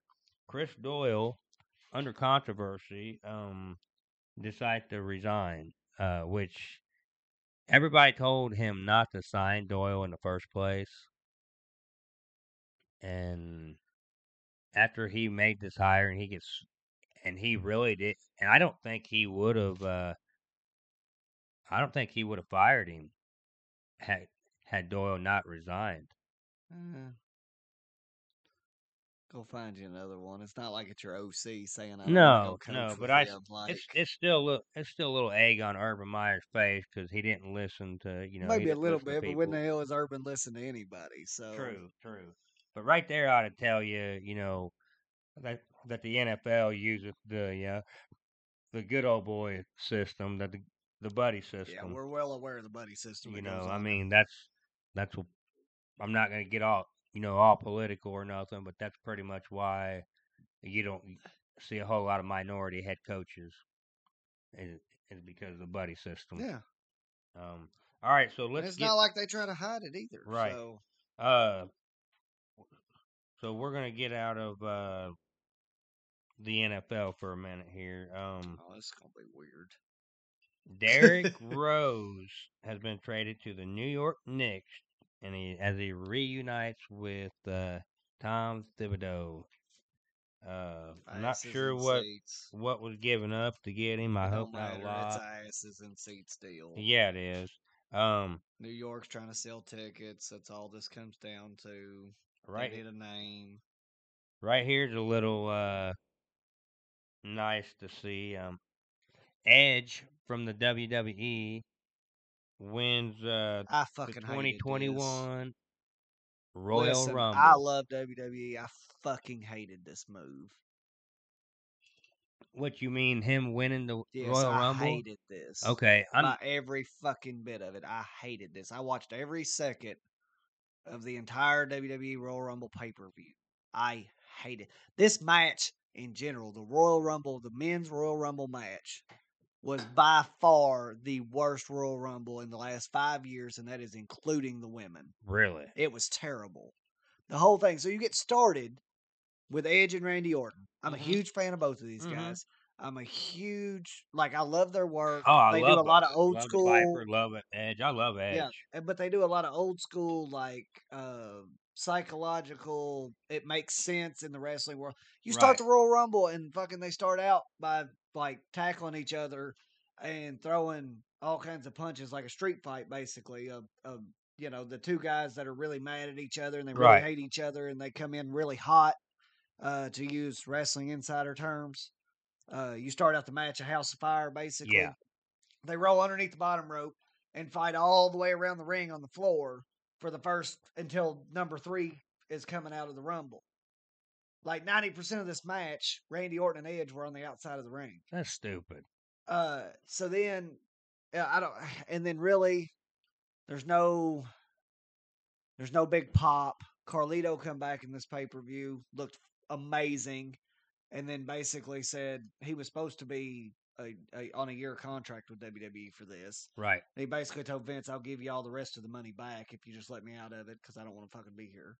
S2: Chris Doyle, under controversy, um, decides to resign, uh, which everybody told him not to sign Doyle in the first place. And after he made this hire and he gets and he really did and I don't think he would have uh I don't think he would have fired him had had Doyle not resigned.
S1: Uh, go find you another one. It's not like it's your OC saying I don't wanna
S2: No,
S1: go coach
S2: no,
S1: with
S2: but I s-
S1: him," Like,
S2: It's it's still a little, it's still a little egg on Urban Meyer's face because he didn't listen to you know he
S1: maybe a
S2: didn't
S1: little
S2: listen to
S1: bit, but when
S2: people.
S1: the hell has Urban listened to anybody? So
S2: True, true. But right there, I ought to tell you, you know, that that the NFL uses the yeah, the good old boy system, that the the buddy system.
S1: yeah, we're well aware of the buddy system.
S2: you
S1: that
S2: know,
S1: goes
S2: I
S1: on.
S2: mean, that's that's. wh- I'm not gonna get all you know all political or nothing, but that's pretty much why you don't see a whole lot of minority head coaches, is, is because of the buddy system.
S1: yeah,
S2: Um. All right, so
S1: and
S2: let's
S1: it's
S2: get
S1: not like they try to hide it either.
S2: Right.
S1: So
S2: Uh, so we're gonna get out of uh the NFL for a minute here. Um,
S1: oh, this is gonna be weird.
S2: Derrick Rose has been traded to the New York Knicks, and he as he reunites with uh Tom Thibodeau. Uh, I'm not
S1: Asses
S2: sure
S1: in
S2: what
S1: seats.
S2: what was given up to get him. I
S1: It
S2: hope
S1: don't
S2: not a
S1: matter.
S2: lot.
S1: It's asses and seats deal.
S2: Yeah, it is. Um,
S1: New York's trying to sell tickets. That's all this comes down to.
S2: right.
S1: They need a name.
S2: right here's a little uh nice to see um edge from the wwe wins uh
S1: I
S2: the
S1: fucking hated this.
S2: 2021 royal
S1: Listen,
S2: rumble
S1: I love WWE. I fucking hated this move.
S2: what you mean him winning the
S1: Yes,
S2: royal
S1: I
S2: rumble
S1: hated this.
S2: okay i'm
S1: by every fucking bit of it. I hated this. I watched every second of the entire WWE Royal Rumble pay per view. I hated this match in general. The Royal Rumble, the men's Royal Rumble match, was by far the worst Royal Rumble in the last five years, and that is including the women.
S2: really
S1: It was terrible. The whole thing. So you get started with Edge and Randy Orton. I'm
S2: Mhm.
S1: a huge fan of both of these
S2: Mhm.
S1: guys. I'm a huge like I love their work.
S2: Oh, I
S1: they
S2: love
S1: do a
S2: it.
S1: lot of old
S2: love
S1: school,
S2: Viper, love it edge i love edge
S1: Yeah. eh, but they do a lot of old school like uh, psychological. It makes sense in the wrestling world. You start
S2: Right.
S1: the Royal Rumble and fucking they start out by like tackling each other and throwing all kinds of punches like a street fight, basically. Of, of you know the two guys that are really mad at each other and they really
S2: Right.
S1: hate each other and they come in really hot. Uh, to use wrestling insider terms, uh, you start out the match a house of fire, basically.
S2: Yeah.
S1: They roll underneath the bottom rope and fight all the way around the ring on the floor for the first until number three is coming out of the rumble. Like ninety percent of this match, Randy Orton and Edge were on the outside of the ring.
S2: that's stupid
S1: Uh, so then yeah, I don't, and then really, there's no, there's no big pop. Carlito come back in this pay per view, looked amazing, and then basically said he was supposed to be a, a, on a year contract with WWE for this.
S2: right
S1: And he basically told Vince, "I'll give you all the rest of the money back if you just let me out of it because I don't want to fucking be here."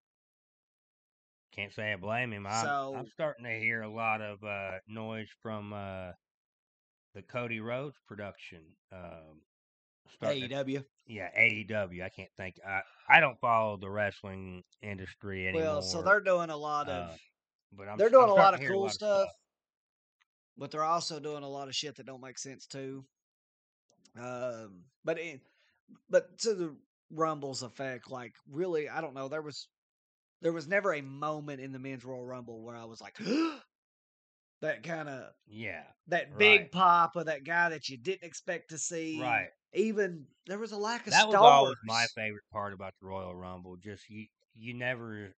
S2: can't say I blame him. I'm,
S1: So-
S2: I'm starting to hear a lot of uh, noise from uh, the Cody Rhodes production. Um,
S1: E
S2: starting to-
S3: AEW.
S2: yeah, AEW. I can't think. I I don't follow the wrestling industry anymore.
S1: Well, so they're doing a lot of
S2: uh, but I'm,
S1: they're
S2: I'm
S1: doing a
S2: starting
S1: lot
S2: to
S1: of
S2: hear a
S1: cool
S2: lot of
S1: stuff, but they're also doing a lot of shit that don't make sense too. Um, but in, but to the Rumble's effect, like really, I don't know. There was there was never a moment in the men's Royal Rumble where I was like that kind of
S2: Yeah,
S1: that
S2: Right.
S1: big pop of that guy that you didn't expect to see.
S2: right.
S1: Even there was a lack of
S2: That was
S1: stars.
S2: always my favorite part about the Royal Rumble. Just you, you never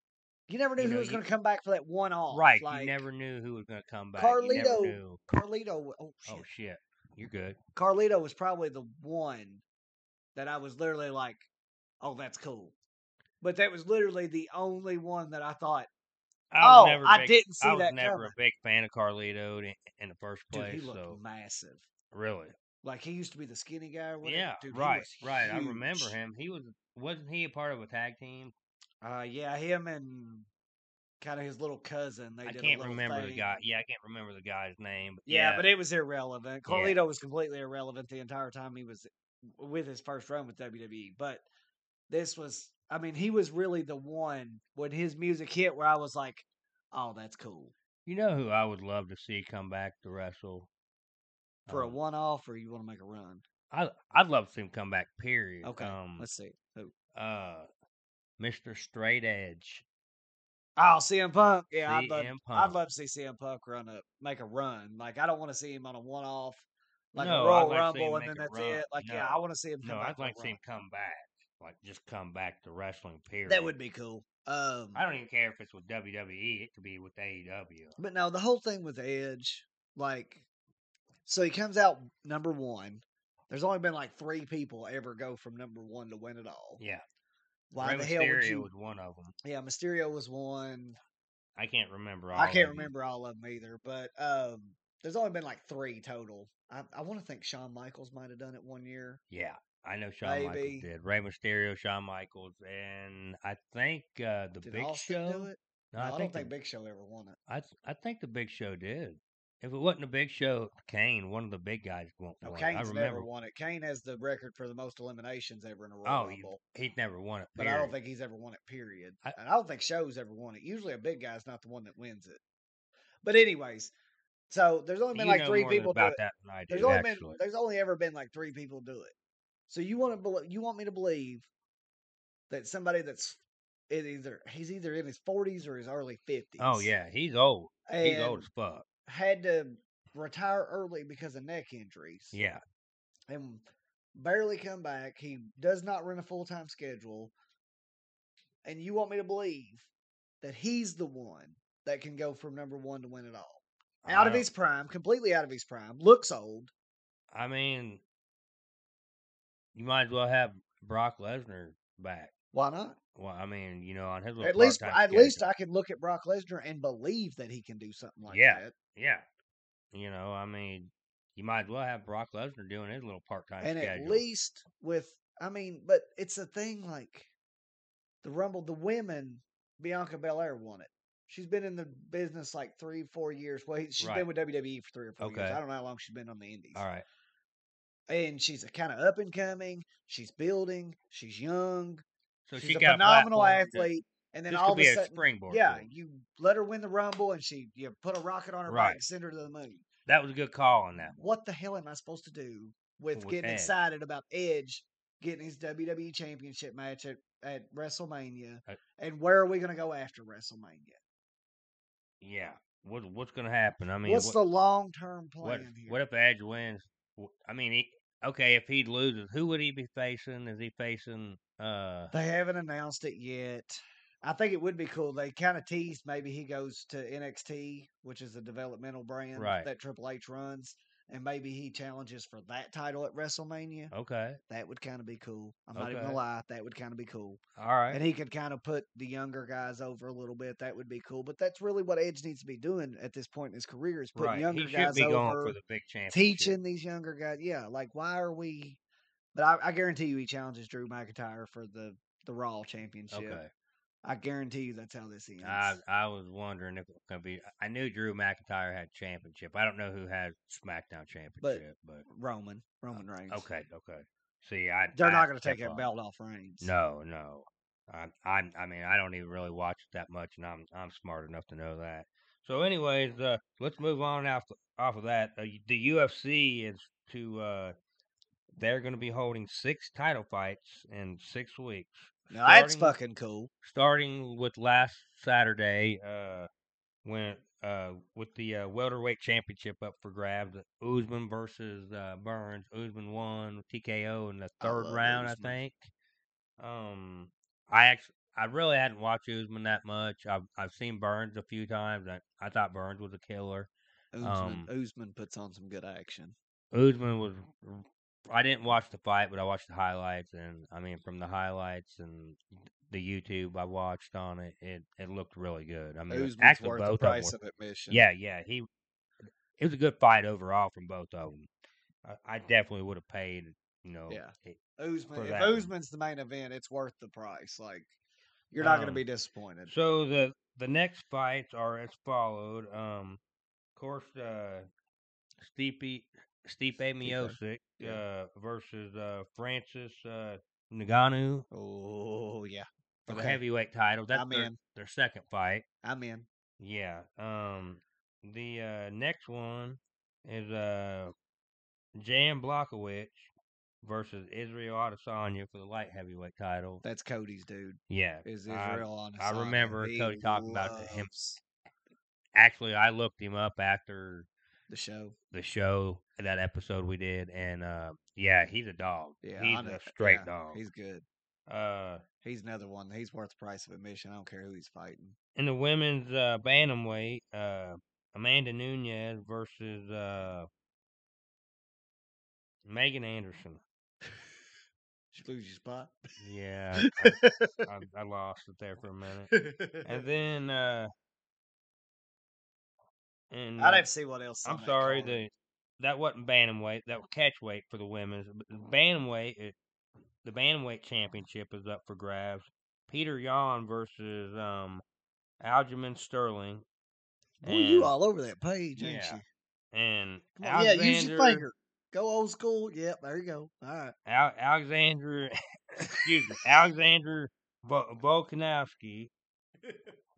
S1: you never knew
S2: you
S1: who
S2: know,
S1: was
S2: you-
S1: going to come back for that one off.
S2: right.
S1: Oh, Like,
S2: you never knew who was going to come back. You never
S1: Carlito-
S2: knew.
S1: Carlito. w- Oh shit.
S2: Oh shit, you're good.
S1: Carlito was probably the one that I was literally like, "Oh, that's cool," but that was literally the only one that I thought,
S2: I was
S1: "Oh,
S2: never a
S1: I
S2: big,
S1: didn't see
S2: I was
S1: that
S2: never
S1: coming."
S2: a big fan of Carlito in, in the first
S1: Dude,
S2: place.
S1: he looked
S2: so
S1: massive.
S2: really,
S1: Like he used to be the skinny guy. Or whatever.
S2: yeah,
S1: Dude, he
S2: right,
S1: was
S2: right. I remember
S1: huge.
S2: him. He was wasn't he a part of a tag team?
S1: Uh, yeah, him and kind of his little cousin. They
S2: I
S1: did a
S2: can't
S1: little
S2: remember the
S1: thing.
S2: guy. Yeah, I can't remember the guy's name. But
S1: Yeah, but it was irrelevant.
S2: Yeah.
S1: Carlito was completely irrelevant the entire time he was with his first run with WWE. But this was, I mean, he was really the one when his music hit where I was like, oh, that's cool.
S2: you know who I would love to see come back to wrestle
S1: For a
S2: Um,
S1: one off or you want to make a run?
S2: I I'd love to see him come back. Period.
S1: Okay.
S2: Um,
S1: Let's see. Oh, Who?
S2: uh, Mr. Straight Edge.
S1: Oh, CM Punk. Yeah, I'd love,
S2: CM
S1: I'd
S2: Punk.
S1: love to see CM Punk run up, make a run. Like, I don't want to see him on a one off, like a
S2: No, I'd
S1: Royal
S2: like to see him
S1: Rumble, and
S2: make
S1: then
S2: a
S1: that's
S2: run.
S1: it. Like, yeah,
S2: No.
S1: I want to see him come
S2: No,
S1: back.
S2: I'd
S1: to a
S2: like to see
S1: run.
S2: him come back. Like just come back to wrestling. Period.
S1: That would be cool. Um,
S2: I don't even care if it's with WWE. It could be with E AEW.
S1: But no, the whole thing with Edge, like, so he comes out number one. There's only been like three people ever go from number one to win it all.
S2: Yeah.
S1: Why
S2: Rey
S1: the hell would
S2: Mysterio
S1: you?
S2: was one of them.
S1: Yeah, Mysterio was one.
S2: I can't remember. All
S1: I can't
S2: of 'em.
S1: remember all of them either, but um, there's only been like three total. I, I want to think Shawn Michaels might have done it one year.
S2: Yeah, I know Shawn
S1: Maybe.
S2: Michaels did. Rey Mysterio, Shawn Michaels, and I think uh, the
S1: Did
S2: Big
S1: Austin
S2: Show.
S1: do it?
S2: No,
S1: No, I,
S2: I,
S1: don't
S2: think
S1: think
S2: the,
S1: Big Show ever won it.
S2: I th- I think the Big Show did. If it wasn't the Big Show, Kane, one of the big guys won't.
S1: No,
S2: won. it. I
S1: Kane's never
S2: remember.
S1: won it. Kane has the record for the most eliminations ever in a Royal
S2: Oh, he,
S1: Rumble.
S2: he's never won it.
S1: But I don't
S2: period.
S1: think he's ever won it, period.
S2: I-
S1: and I don't think Show's ever won it. Usually a big guy's not the one that wins it. But anyways, so there's only been
S2: You
S1: like
S2: know
S1: three
S2: more than
S1: people do
S2: about
S1: it.
S2: that than I do.
S1: There's only
S2: actually.
S1: been there's only ever been like three people do it. So you want to bel- you want me to believe that somebody that's in either he's either in his 40s or his early 50s.
S2: oh yeah, he's old.
S1: and
S2: he's old as fuck.
S1: had to retire early because of neck injuries.
S2: Yeah,
S1: and barely come back. He does not run a full time schedule. And you want me to believe that he's the one that can go from number one to win it all.
S2: I
S1: Out of
S2: don't-
S1: his prime, completely out of his prime, looks old.
S2: I mean, you might as well have Brock Lesnar back.
S1: Why not?
S2: Well, I mean, you know, on his little
S1: At least,
S2: part-time
S1: at least
S2: schedule.
S1: I can look at Brock Lesnar and believe that he can do something like
S2: Yeah.
S1: that.
S2: yeah. You know, I mean, you might as well have Brock Lesnar doing his little part-time
S1: and
S2: schedule.
S1: at least with, I mean, but it's a thing like the Rumble. The women, Bianca Belair won it. She's been in the business like three, four years. Well, he- she's
S2: Right.
S1: been with WWE for three or four years.
S2: Okay.
S1: I don't know how long she's been on the Indies.
S2: All right.
S1: And she's a kind of up and coming. She's building. She's young.
S2: So
S1: she's
S2: she
S1: a
S2: got
S1: phenomenal
S2: platform to-
S1: athlete. And then
S2: this
S1: all
S2: could
S1: of
S2: be
S1: a
S2: a
S1: sudden,
S2: springboard.
S1: yeah,
S2: for her.
S1: you let her win the Rumble, and she you put a rocket on her back
S2: Right.
S1: and send her to the moon.
S2: that was a good call on that.
S1: What the hell am I supposed to do with,
S2: With
S1: getting
S2: Edge.
S1: excited about Edge getting his WWE Championship match at, at WrestleMania?
S2: I-
S1: and where are we going to go after WrestleMania?
S2: Yeah. What what's gonna happen? I mean,
S1: What's
S2: what,
S1: the long term plan
S2: what,
S1: here?
S2: what if Edge wins? W- I mean, he, okay, if he loses, who would he be facing? Is he facing? uh
S1: they haven't announced it yet. I think it would be cool. They kind of teased maybe he goes to NXT, which is a developmental brand
S2: Right.
S1: that Triple H runs, and maybe he challenges for that title at WrestleMania.
S2: Okay.
S1: That would kind of be cool. I'm not even
S2: Uh Okay.
S1: gonna lie, that would kind of be cool.
S2: All right.
S1: and he could kind of put the younger guys over a little bit. That would be cool. But that's really what Edge needs to be doing at this point in his career is putting
S2: right.
S1: younger
S2: he should
S1: guys
S2: be going
S1: over,
S2: for the big championship.
S1: teaching these younger guys. Yeah, like why are we? But I, I guarantee you, he challenges Drew McIntyre for the the Raw Championship.
S2: Okay.
S1: I guarantee you that's how this ends.
S2: I I was wondering if it was gonna be. I knew Drew McIntyre had championship. I don't know who had SmackDown championship, but,
S1: Roman, Roman Reigns.
S2: Uh, okay, okay. See, I
S1: They're
S2: I
S1: not
S2: had
S1: going to
S2: step
S1: take that
S2: up.
S1: belt off Reigns.
S2: No, no. I, I'm. I mean, I don't even really watch it that much, and I'm I'm smart enough to know that. So, anyways, uh, let's move on off off of that. Uh, the UFC is to. Uh, they're going to be holding six title fights in six weeks,
S1: Now, that's
S2: starting-
S1: fucking cool.
S2: starting with last Saturday, uh, when uh, with the uh, welterweight championship up for grabs, Usman versus uh, Burns. Usman won with TKO in the
S1: I
S2: third
S1: love
S2: round,
S1: Usman.
S2: I think. Um, I actually, I really hadn't watched Usman that much. I've I've seen Burns a few times. I, I thought Burns was a killer.
S1: Usman,
S2: Um,
S1: Usman puts on some good action.
S2: Usman was. I didn't watch the fight, but I watched the highlights, and I mean, from the highlights and the YouTube I watched on it, it, it looked really good. I mean,
S1: Usman's
S2: actually,
S1: worth
S2: both
S1: the
S2: of
S1: price
S2: them.
S1: of admission.
S2: Were, yeah, yeah, he. It was a good fight overall from both of them. I, I definitely would have paid. You know,
S1: Yeah.
S2: it-
S1: Usman.
S2: for
S1: If
S2: that one.
S1: Usman's the main event, it's worth the price. Like, you're not going to
S2: Um,
S1: be disappointed.
S2: So the the next fights are as followed. Um, of course, uh, Stipe Stipe Miocic
S1: yeah.
S2: uh, versus uh, Francis uh, Ngannou
S1: Oh yeah,
S2: for the
S1: Okay.
S2: heavyweight title. That's
S1: I'm
S2: their,
S1: in.
S2: their second fight.
S1: I'm in.
S2: Yeah. Um, the uh, next one is uh, Jan Blachowicz versus Israel Adesanya for the light heavyweight title.
S1: That's Cody's dude.
S2: Yeah.
S1: Is
S2: I-
S1: Israel
S2: I
S1: Adesanya.
S2: remember
S1: He
S2: Cody talking about the- him-
S1: loves
S2: actually, I looked him up after
S1: The show.
S2: the show that episode we did and uh yeah he's a dog
S1: Yeah,
S2: he's
S1: I know-
S2: a straight
S1: yeah,
S2: dog
S1: He's good.
S2: uh
S1: He's another one. He's worth the price of admission. I don't care who he's fighting.
S2: in the women's uh bantamweight uh amanda nunez versus uh megan anderson
S1: Did you lose your spot?
S2: yeah I, I, I lost it there for a minute and then uh and
S1: I'd have to see what else.
S2: uh, I'm
S1: on that
S2: sorry,
S1: card.
S2: the that wasn't bantamweight. That was catch weight for the women's. But the Bantamweight, it, the bantamweight championship is up for grabs. Peter Yan versus um, Algernon Sterling.
S1: Boy, you
S2: and-
S1: all over that page, ain't
S2: yeah.
S1: you?
S2: And
S1: Come on, yeah, use your
S2: Alexander,
S1: finger. Go old school. Yep, there you go. All right.
S2: Al, Alexander, excuse me, Alexander Vol- Volkanovski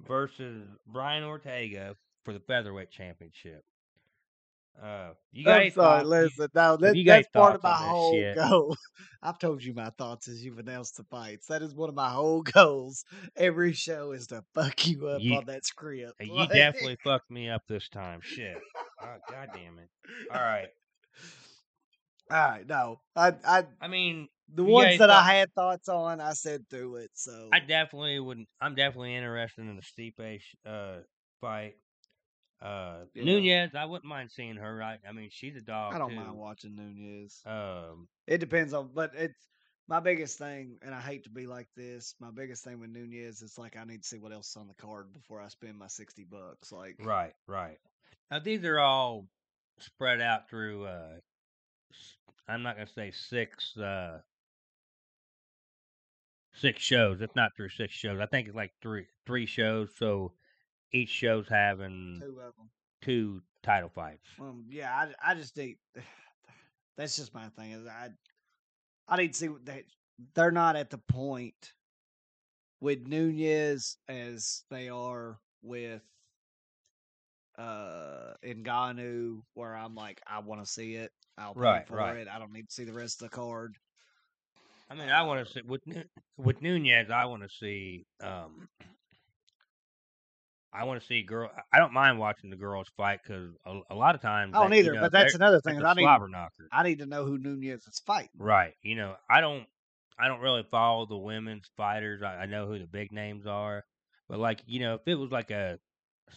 S2: versus Brian Ortega for the featherweight championship. Uh, you got
S1: I'm
S2: any
S1: sorry,
S2: thoughts? You-
S1: listen. No, that,
S2: you got
S1: that's
S2: any
S1: part of my
S2: thoughts on this
S1: whole
S2: shit?
S1: goal. I've told you my thoughts as you've announced the fights. That is one of my whole goals. Every show is to fuck you up
S2: You-
S1: on that script.
S2: Hey, uh, You
S1: Like-
S2: definitely fucked me up this time. Shit. Oh, God damn it. All right.
S1: All right, no, I, I,
S2: I mean,
S1: the
S2: You
S1: ones
S2: guys
S1: that I
S2: thought-
S1: had thoughts on, I said through it. So
S2: I definitely wouldn't. I'm definitely interested in the Stipe sh- uh, fight. Uh,
S1: Yeah.
S2: Nunez, I wouldn't mind seeing her. I, I mean, she's a dog.
S1: I don't
S2: too.
S1: mind watching Nunez.
S2: Um,
S1: It depends on, but it's my biggest thing, and I hate to be like this. My biggest thing with Nunez is like I need to see what else is on the card before I spend my sixty bucks. Like,
S2: right, right. Now, these are all spread out through, uh, s- I'm not going to say six, uh, six shows. It's not through six shows. I think it's like three, three shows. So each show's having
S1: two of them.
S2: two title fights.
S1: Um, yeah, I, I just need. That's just my thing. Is I, I need to see what they they're not at the point with Nunez as they are with uh Ngannou, where I'm like, I want to see it. I'll pay
S2: Right,
S1: for
S2: right.
S1: it. I don't need to see the rest of the card.
S2: I mean, I want to see with Nu- with Nunez. I want to see. Um, I want to see girl. I- I don't mind watching the girls fight because a, a lot of times.
S1: I don't
S2: that, you
S1: either.
S2: know,
S1: but that's
S2: they're-
S1: another thing.
S2: it's
S1: is
S2: a
S1: I need
S2: slobber knocker,
S1: I need to know who Nunez is fighting.
S2: right? You know, I don't. I don't really follow the women's fighters. I, I know who the big names are, but like you know, if it was like a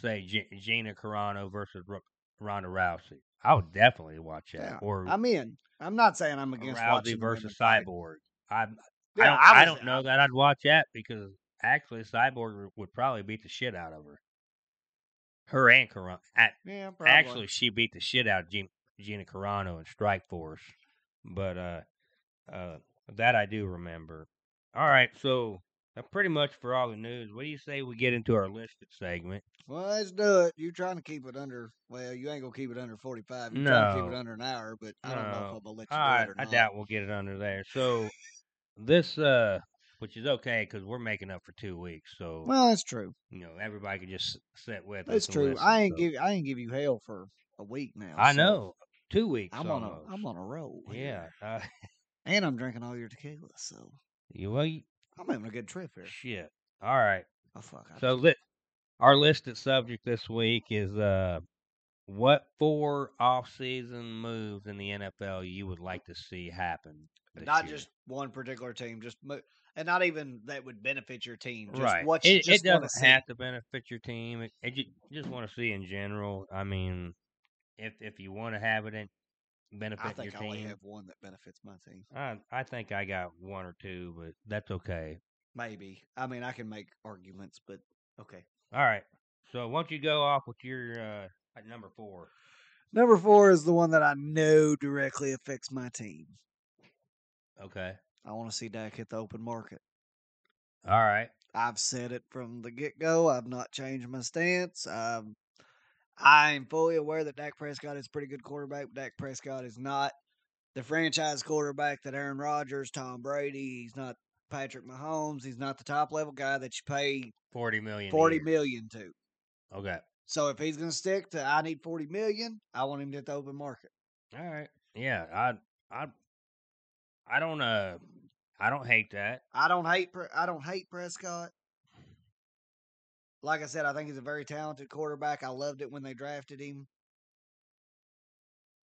S2: say G- Gina Carano versus R- Ronda Rousey, I would definitely watch that.
S1: Yeah,
S2: or
S1: I'm in. I'm not saying I'm against watching
S2: Rousey
S1: the women
S2: versus
S1: fight.
S2: Cyborg. I'm
S1: Yeah,
S2: I don't, I,
S1: was-
S2: don't know that I'd watch that because actually Cyborg w- would probably beat the shit out of her. Her and Carano.
S1: Yeah, probably.
S2: Actually, she beat the shit out of Gina, Gina Carano in Strike Force. But uh, uh, that I do remember. All right, so Now, pretty much for all the news, what do you say we get into our listed segment?
S1: Well, let's do it. You're trying to keep it under. Well, you ain't gonna keep it under 45. You're trying to keep
S2: No.
S1: it under an hour, but I don't know if
S2: No.
S1: I'm gonna let you
S2: All
S1: do
S2: right,
S1: it or
S2: I
S1: not.
S2: doubt we'll get it under there. So this, uh, which is okay because we're making up for two weeks, so
S1: Well, that's true.
S2: you know everybody can just sit with us.
S1: That's
S2: and
S1: true.
S2: listen,
S1: I ain't
S2: so-
S1: give I ain't give you hell for a week now.
S2: I
S1: so
S2: know two weeks.
S1: I'm on
S2: almost.
S1: a I'm on a roll.
S2: yeah.
S1: here.
S2: Uh,
S1: and I'm drinking all your tequila, you
S2: you well, you,
S1: I'm having a good trip here.
S2: shit. All right.
S1: Oh fuck! I
S2: So lit. Our listed subject this week is uh, what four off-season moves in the NFL you would like to see happen. this
S1: not
S2: year?
S1: just one particular team, just mo- and not even that would benefit your team. Just
S2: right.
S1: what you
S2: it,
S1: just
S2: it
S1: want to
S2: doesn't
S1: see.
S2: have to benefit your team. It, it, you just want to see in general. I mean, if if you want to have it in benefit
S1: I think
S2: your
S1: I only
S2: team,
S1: have one that benefits my team.
S2: I I think I got one or two, but that's okay.
S1: Maybe. I mean, I can make arguments, but okay.
S2: All right. So why don't you go off with your uh, at number four?
S1: Number four is the one that I know directly affects my team.
S2: Okay.
S1: I want to see Dak hit the open market.
S2: All right.
S1: I've said it from the get go. I've not changed my stance. Um, I am fully aware that Dak Prescott is a pretty good quarterback. But Dak Prescott is not the franchise quarterback that Aaron Rodgers, Tom Brady. He's not Patrick Mahomes. He's not the top level guy that you pay
S2: Forty million.
S1: forty
S2: Forty.
S1: million to.
S2: Okay.
S1: So if he's going to stick to I need forty million, I want him to hit the open market.
S2: All right. Yeah. I I I don't uh I don't hate that.
S1: I don't hate. Pre- I don't hate Prescott. Like I said, I think he's a very talented quarterback. I loved it when they drafted him.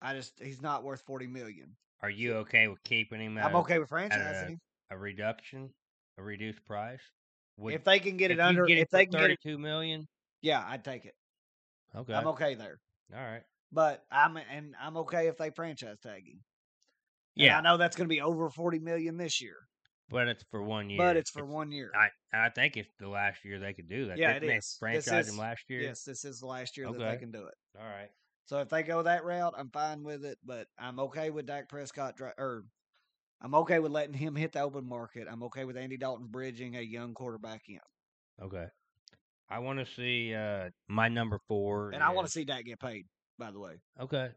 S1: I just he's not worth forty million.
S2: Are you okay with keeping him? At
S1: I'm
S2: a-
S1: okay with
S2: at
S1: franchising
S2: a,
S1: him
S2: a reduction, a reduced price. Would,
S1: if they can get
S2: if
S1: it
S2: you
S1: under.
S2: get
S1: If
S2: for
S1: they can get it,
S2: thirty-two million,
S1: yeah, I'd take it.
S2: okay,
S1: I'm okay there.
S2: all right,
S1: But I'm and I'm okay if they franchise tag him. And
S2: yeah,
S1: I know that's going to be over forty million this year,
S2: but it's for one year.
S1: but it's for one year.
S2: I I think it's the last year they could do that.
S1: Yeah,
S2: Didn't
S1: it
S2: they
S1: is. This
S2: Franchise
S1: is-
S2: him last year.
S1: Yes, this is the last year that they
S2: Okay.
S1: can do it.
S2: All right.
S1: So if they go that route, I'm fine with it. But I'm okay with Dak Prescott dri- or I'm okay with letting him hit the open market. I'm okay with Andy Dalton bridging a young quarterback in,
S2: Okay. I want to see uh my number four.
S1: and I want to
S2: is-
S1: see Dak get paid. By the way,
S2: Okay.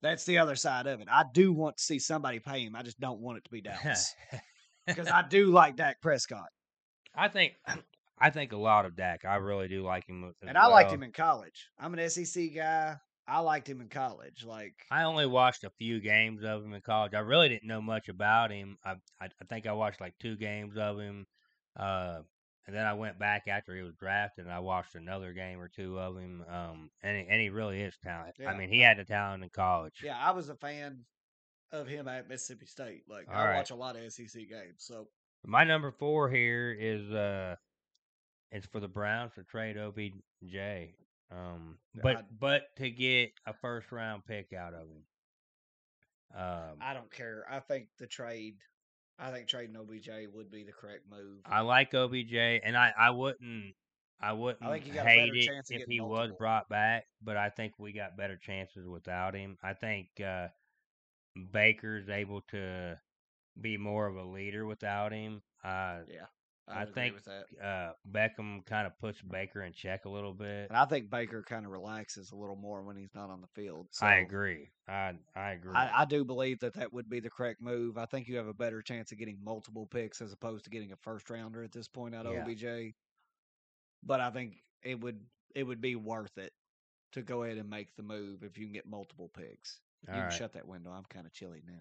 S1: That's the other side of it. I do want to see somebody pay him. I just don't want it to be Dallas because I do like Dak Prescott
S2: I think I think a lot of Dak. I really do like him. as
S1: and I liked
S2: well.
S1: him in college. I'm an SEC guy. I liked him in college. Like
S2: I only watched a few games of him in college. I really didn't know much about him. I I, I think I watched like two games of him, uh, and then I went back after he was drafted and I watched another game or two of him. Um, and he- and he really is talented.
S1: Yeah.
S2: I mean, he had the talent in college.
S1: yeah, I was a fan of him at Mississippi State. Like I
S2: All right.
S1: watch a lot of SEC games. So
S2: My number four here is uh, it's for the Browns to trade OBJ. Um, but
S1: I-
S2: but to get a first round pick out of him. Um,
S1: I don't care. I think the trade. I think trading OBJ would be the correct move.
S2: I like OBJ, and I, I wouldn't I wouldn't
S1: think you got a
S2: hate
S1: better
S2: it
S1: chance of
S2: if
S1: getting
S2: he was
S1: multiple.
S2: brought back, but I think we got better chances without him. I think uh, Baker's able to be more of a leader without him. Uh, I
S1: would agree
S2: think-
S1: with that.
S2: uh, Beckham kind of puts Baker in check a little bit.
S1: And I think Baker kind of relaxes a little more when he's not on the field. So.
S2: I agree. I I agree.
S1: I, I do believe that that would be the correct move. I think you have a better chance of getting multiple picks as opposed to getting a first rounder at this point out of
S2: Yeah.
S1: OBJ. But I think it would it would be worth it to go ahead and make the move if you can get multiple picks. You
S2: All
S1: can
S2: right.
S1: shut that window. I'm kind of chilly now.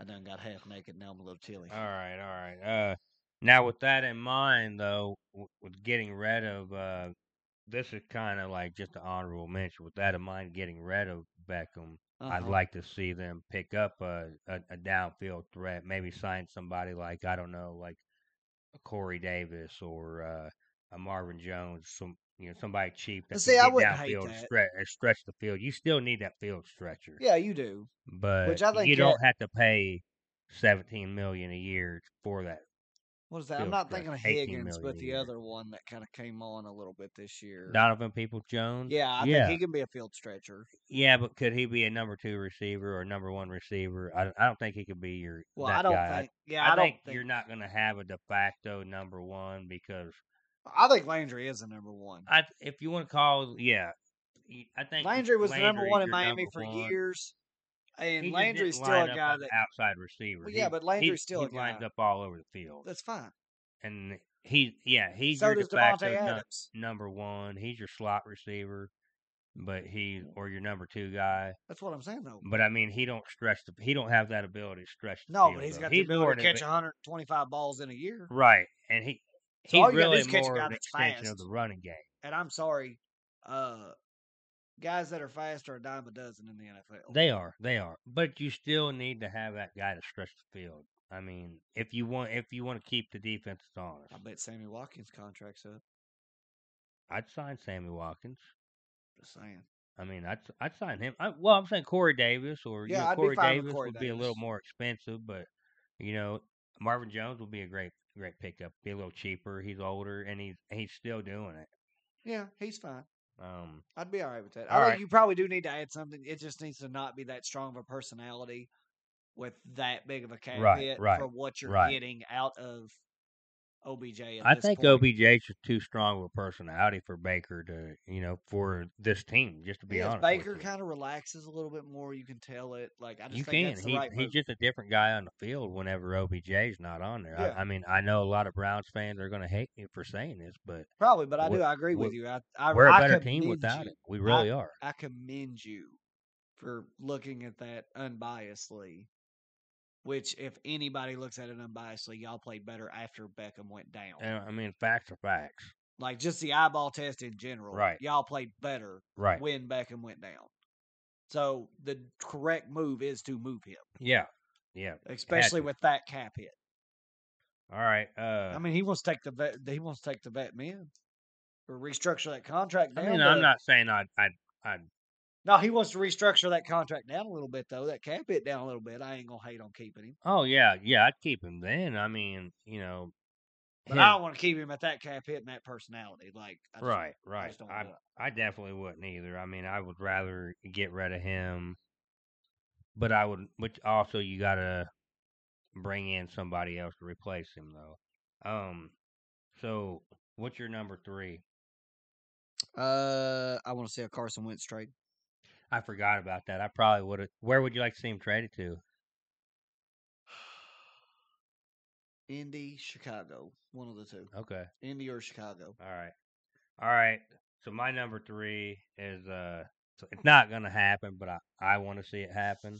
S1: I done got half naked. Now I'm a little chilly.
S2: All right, all right. Uh, now with that in mind, though, w- with getting rid of, uh, this is kind of like just an honorable mention. With that in mind, getting rid of Beckham, I'd
S1: Uh-huh.
S2: like to see them pick up a, a, a downfield threat. Maybe sign somebody like I don't know, like a Corey Davis or uh, a Marvin Jones, some you know somebody cheap that
S1: See,
S2: can
S1: I
S2: get
S1: wouldn't hate
S2: downfield and
S1: that.
S2: stretch, stretch the field. You still need that field stretcher
S1: Yeah, you do.
S2: but
S1: I think
S2: you
S1: that-
S2: don't have to pay seventeen million a year for that
S1: What is that? I'm
S2: Field
S1: not
S2: stretch,
S1: thinking of
S2: 18
S1: Higgins,
S2: million
S1: but
S2: a
S1: the
S2: year.
S1: other one that kind of came on a little bit this year.
S2: Donovan People Jones.
S1: Yeah, I
S2: Yeah.
S1: think he can be a field stretcher.
S2: Yeah, but could he be a number two receiver or number one receiver? I, I don't think he could be your.
S1: Well,
S2: that
S1: I don't
S2: guy.
S1: think. Yeah, I, don't
S2: think, you're not going to have a de facto number one because
S1: I think Landry is the number one.
S2: I, if you want to call, yeah, y- I think
S1: Landry was the number
S2: Landry's
S1: one in
S2: your
S1: Miami
S2: number
S1: for
S2: one.
S1: years,
S2: He
S1: and
S2: just
S1: Landry's
S2: didn't
S1: still a
S2: line up
S1: guy
S2: as
S1: that.
S2: outside receiver.
S1: Well, yeah,
S2: He-
S1: but
S2: he-
S1: Landry's still
S2: he's
S1: a guy.
S2: lined up all over the field,
S1: That's fine.
S2: and he, yeah, he's
S1: so
S2: your de
S1: does Devontae
S2: facto nu-
S1: Adams.
S2: number one. He's your slot receiver, but he or your number two guy.
S1: That's what I'm saying though.
S2: But I mean, he don't stretch the. He don't have that ability to stretch. The
S1: No,
S2: field,
S1: but he's
S2: though.
S1: got the
S2: more
S1: ability to
S2: an
S1: catch
S2: advan-
S1: 125 balls in a year.
S2: Right, and he
S1: So all
S2: he's
S1: you gotta do
S2: really
S1: is catch a
S2: more
S1: guy
S2: an
S1: that's
S2: extension
S1: fast.
S2: of the running game.
S1: And I'm sorry, uh, guys that are fast are a dime a dozen in the NFL.
S2: They are, they are, but you still need to have that guy to stretch the field. I mean, if you want, if you want to keep the defense honest,
S1: I bet Sammy Watkins' contract's up.
S2: I'd sign Sammy Watkins.
S1: Just saying.
S2: I mean, I'd I'd sign him. I, well, I'm saying Corey Davis or you
S1: Yeah,
S2: know,
S1: I'd be
S2: Corey
S1: fine with
S2: Davis
S1: Corey
S2: would be a little
S1: Davis.
S2: more expensive, but you know, Marvin Jones would be a great great pickup. Be a little cheaper. He's older and he's he's still doing it.
S1: Yeah, he's fine.
S2: Um,
S1: I'd be all right with that.
S2: All
S1: Although
S2: right.
S1: you probably do need to add something. It just needs to not be that strong of a personality with that big of a cap
S2: Right,
S1: hit
S2: right,
S1: for what you're
S2: right.
S1: getting out of OBJ. At
S2: I
S1: this
S2: think
S1: point.
S2: OBJ's just too strong of a personality for Baker to you know for this team. Just to be
S1: Yes,
S2: honest, with
S1: Baker
S2: you.
S1: kind of relaxes a little bit more. You can tell it. Like I just
S2: You
S1: think
S2: can.
S1: that's the
S2: He,
S1: right
S2: he's
S1: move.
S2: just a different guy on the field whenever OBJ's not on there.
S1: Yeah.
S2: I, I mean, I know a lot of Browns fans are going to hate me for saying this, but
S1: Probably, but I
S2: we're-
S1: do. I agree with
S2: we're-
S1: you. I, I
S2: we're a
S1: I
S2: better team
S1: commend
S2: without
S1: you.
S2: it. We really are.
S1: I commend you for looking at that unbiasedly. Which, if anybody looks at it unbiasedly, y'all played better after Beckham went down.
S2: And, I mean, facts are facts.
S1: like just the eyeball test in general.
S2: Right.
S1: Y'all played better
S2: Right.
S1: when Beckham went down. So the correct move is to move him,
S2: Yeah. Yeah.
S1: especially
S2: to.
S1: with that cap hit.
S2: All right. Uh,
S1: I mean, he wants to take the vet. He wants to take the vet man or restructure that contract.
S2: I
S1: Down
S2: mean,
S1: to-
S2: I'm not saying I'd, I'd, I'd
S1: No, he wants to restructure that contract down a little bit though. That cap hit down a little bit. I ain't gonna hate on keeping him,
S2: oh, yeah. Yeah. I'd keep him then. I mean, you know.
S1: but
S2: him-
S1: I don't want to keep him at that cap hit and that personality. Like, I just-
S2: right. Right.
S1: just don't
S2: I,
S1: do it.
S2: I definitely wouldn't either. I mean, I would rather get rid of him, but I would. Which also, you gotta bring in somebody else to replace him, though. Um, so what's your number three?
S1: Uh, I want to see a Carson Wentz trade.
S2: I forgot about that. I probably would have. Where would you like to see him traded to?
S1: Indy, Chicago, one of the two.
S2: Okay.
S1: Indy or Chicago.
S2: All right. All right. So my number three is uh, so it's not gonna happen, but I I want to see it happen.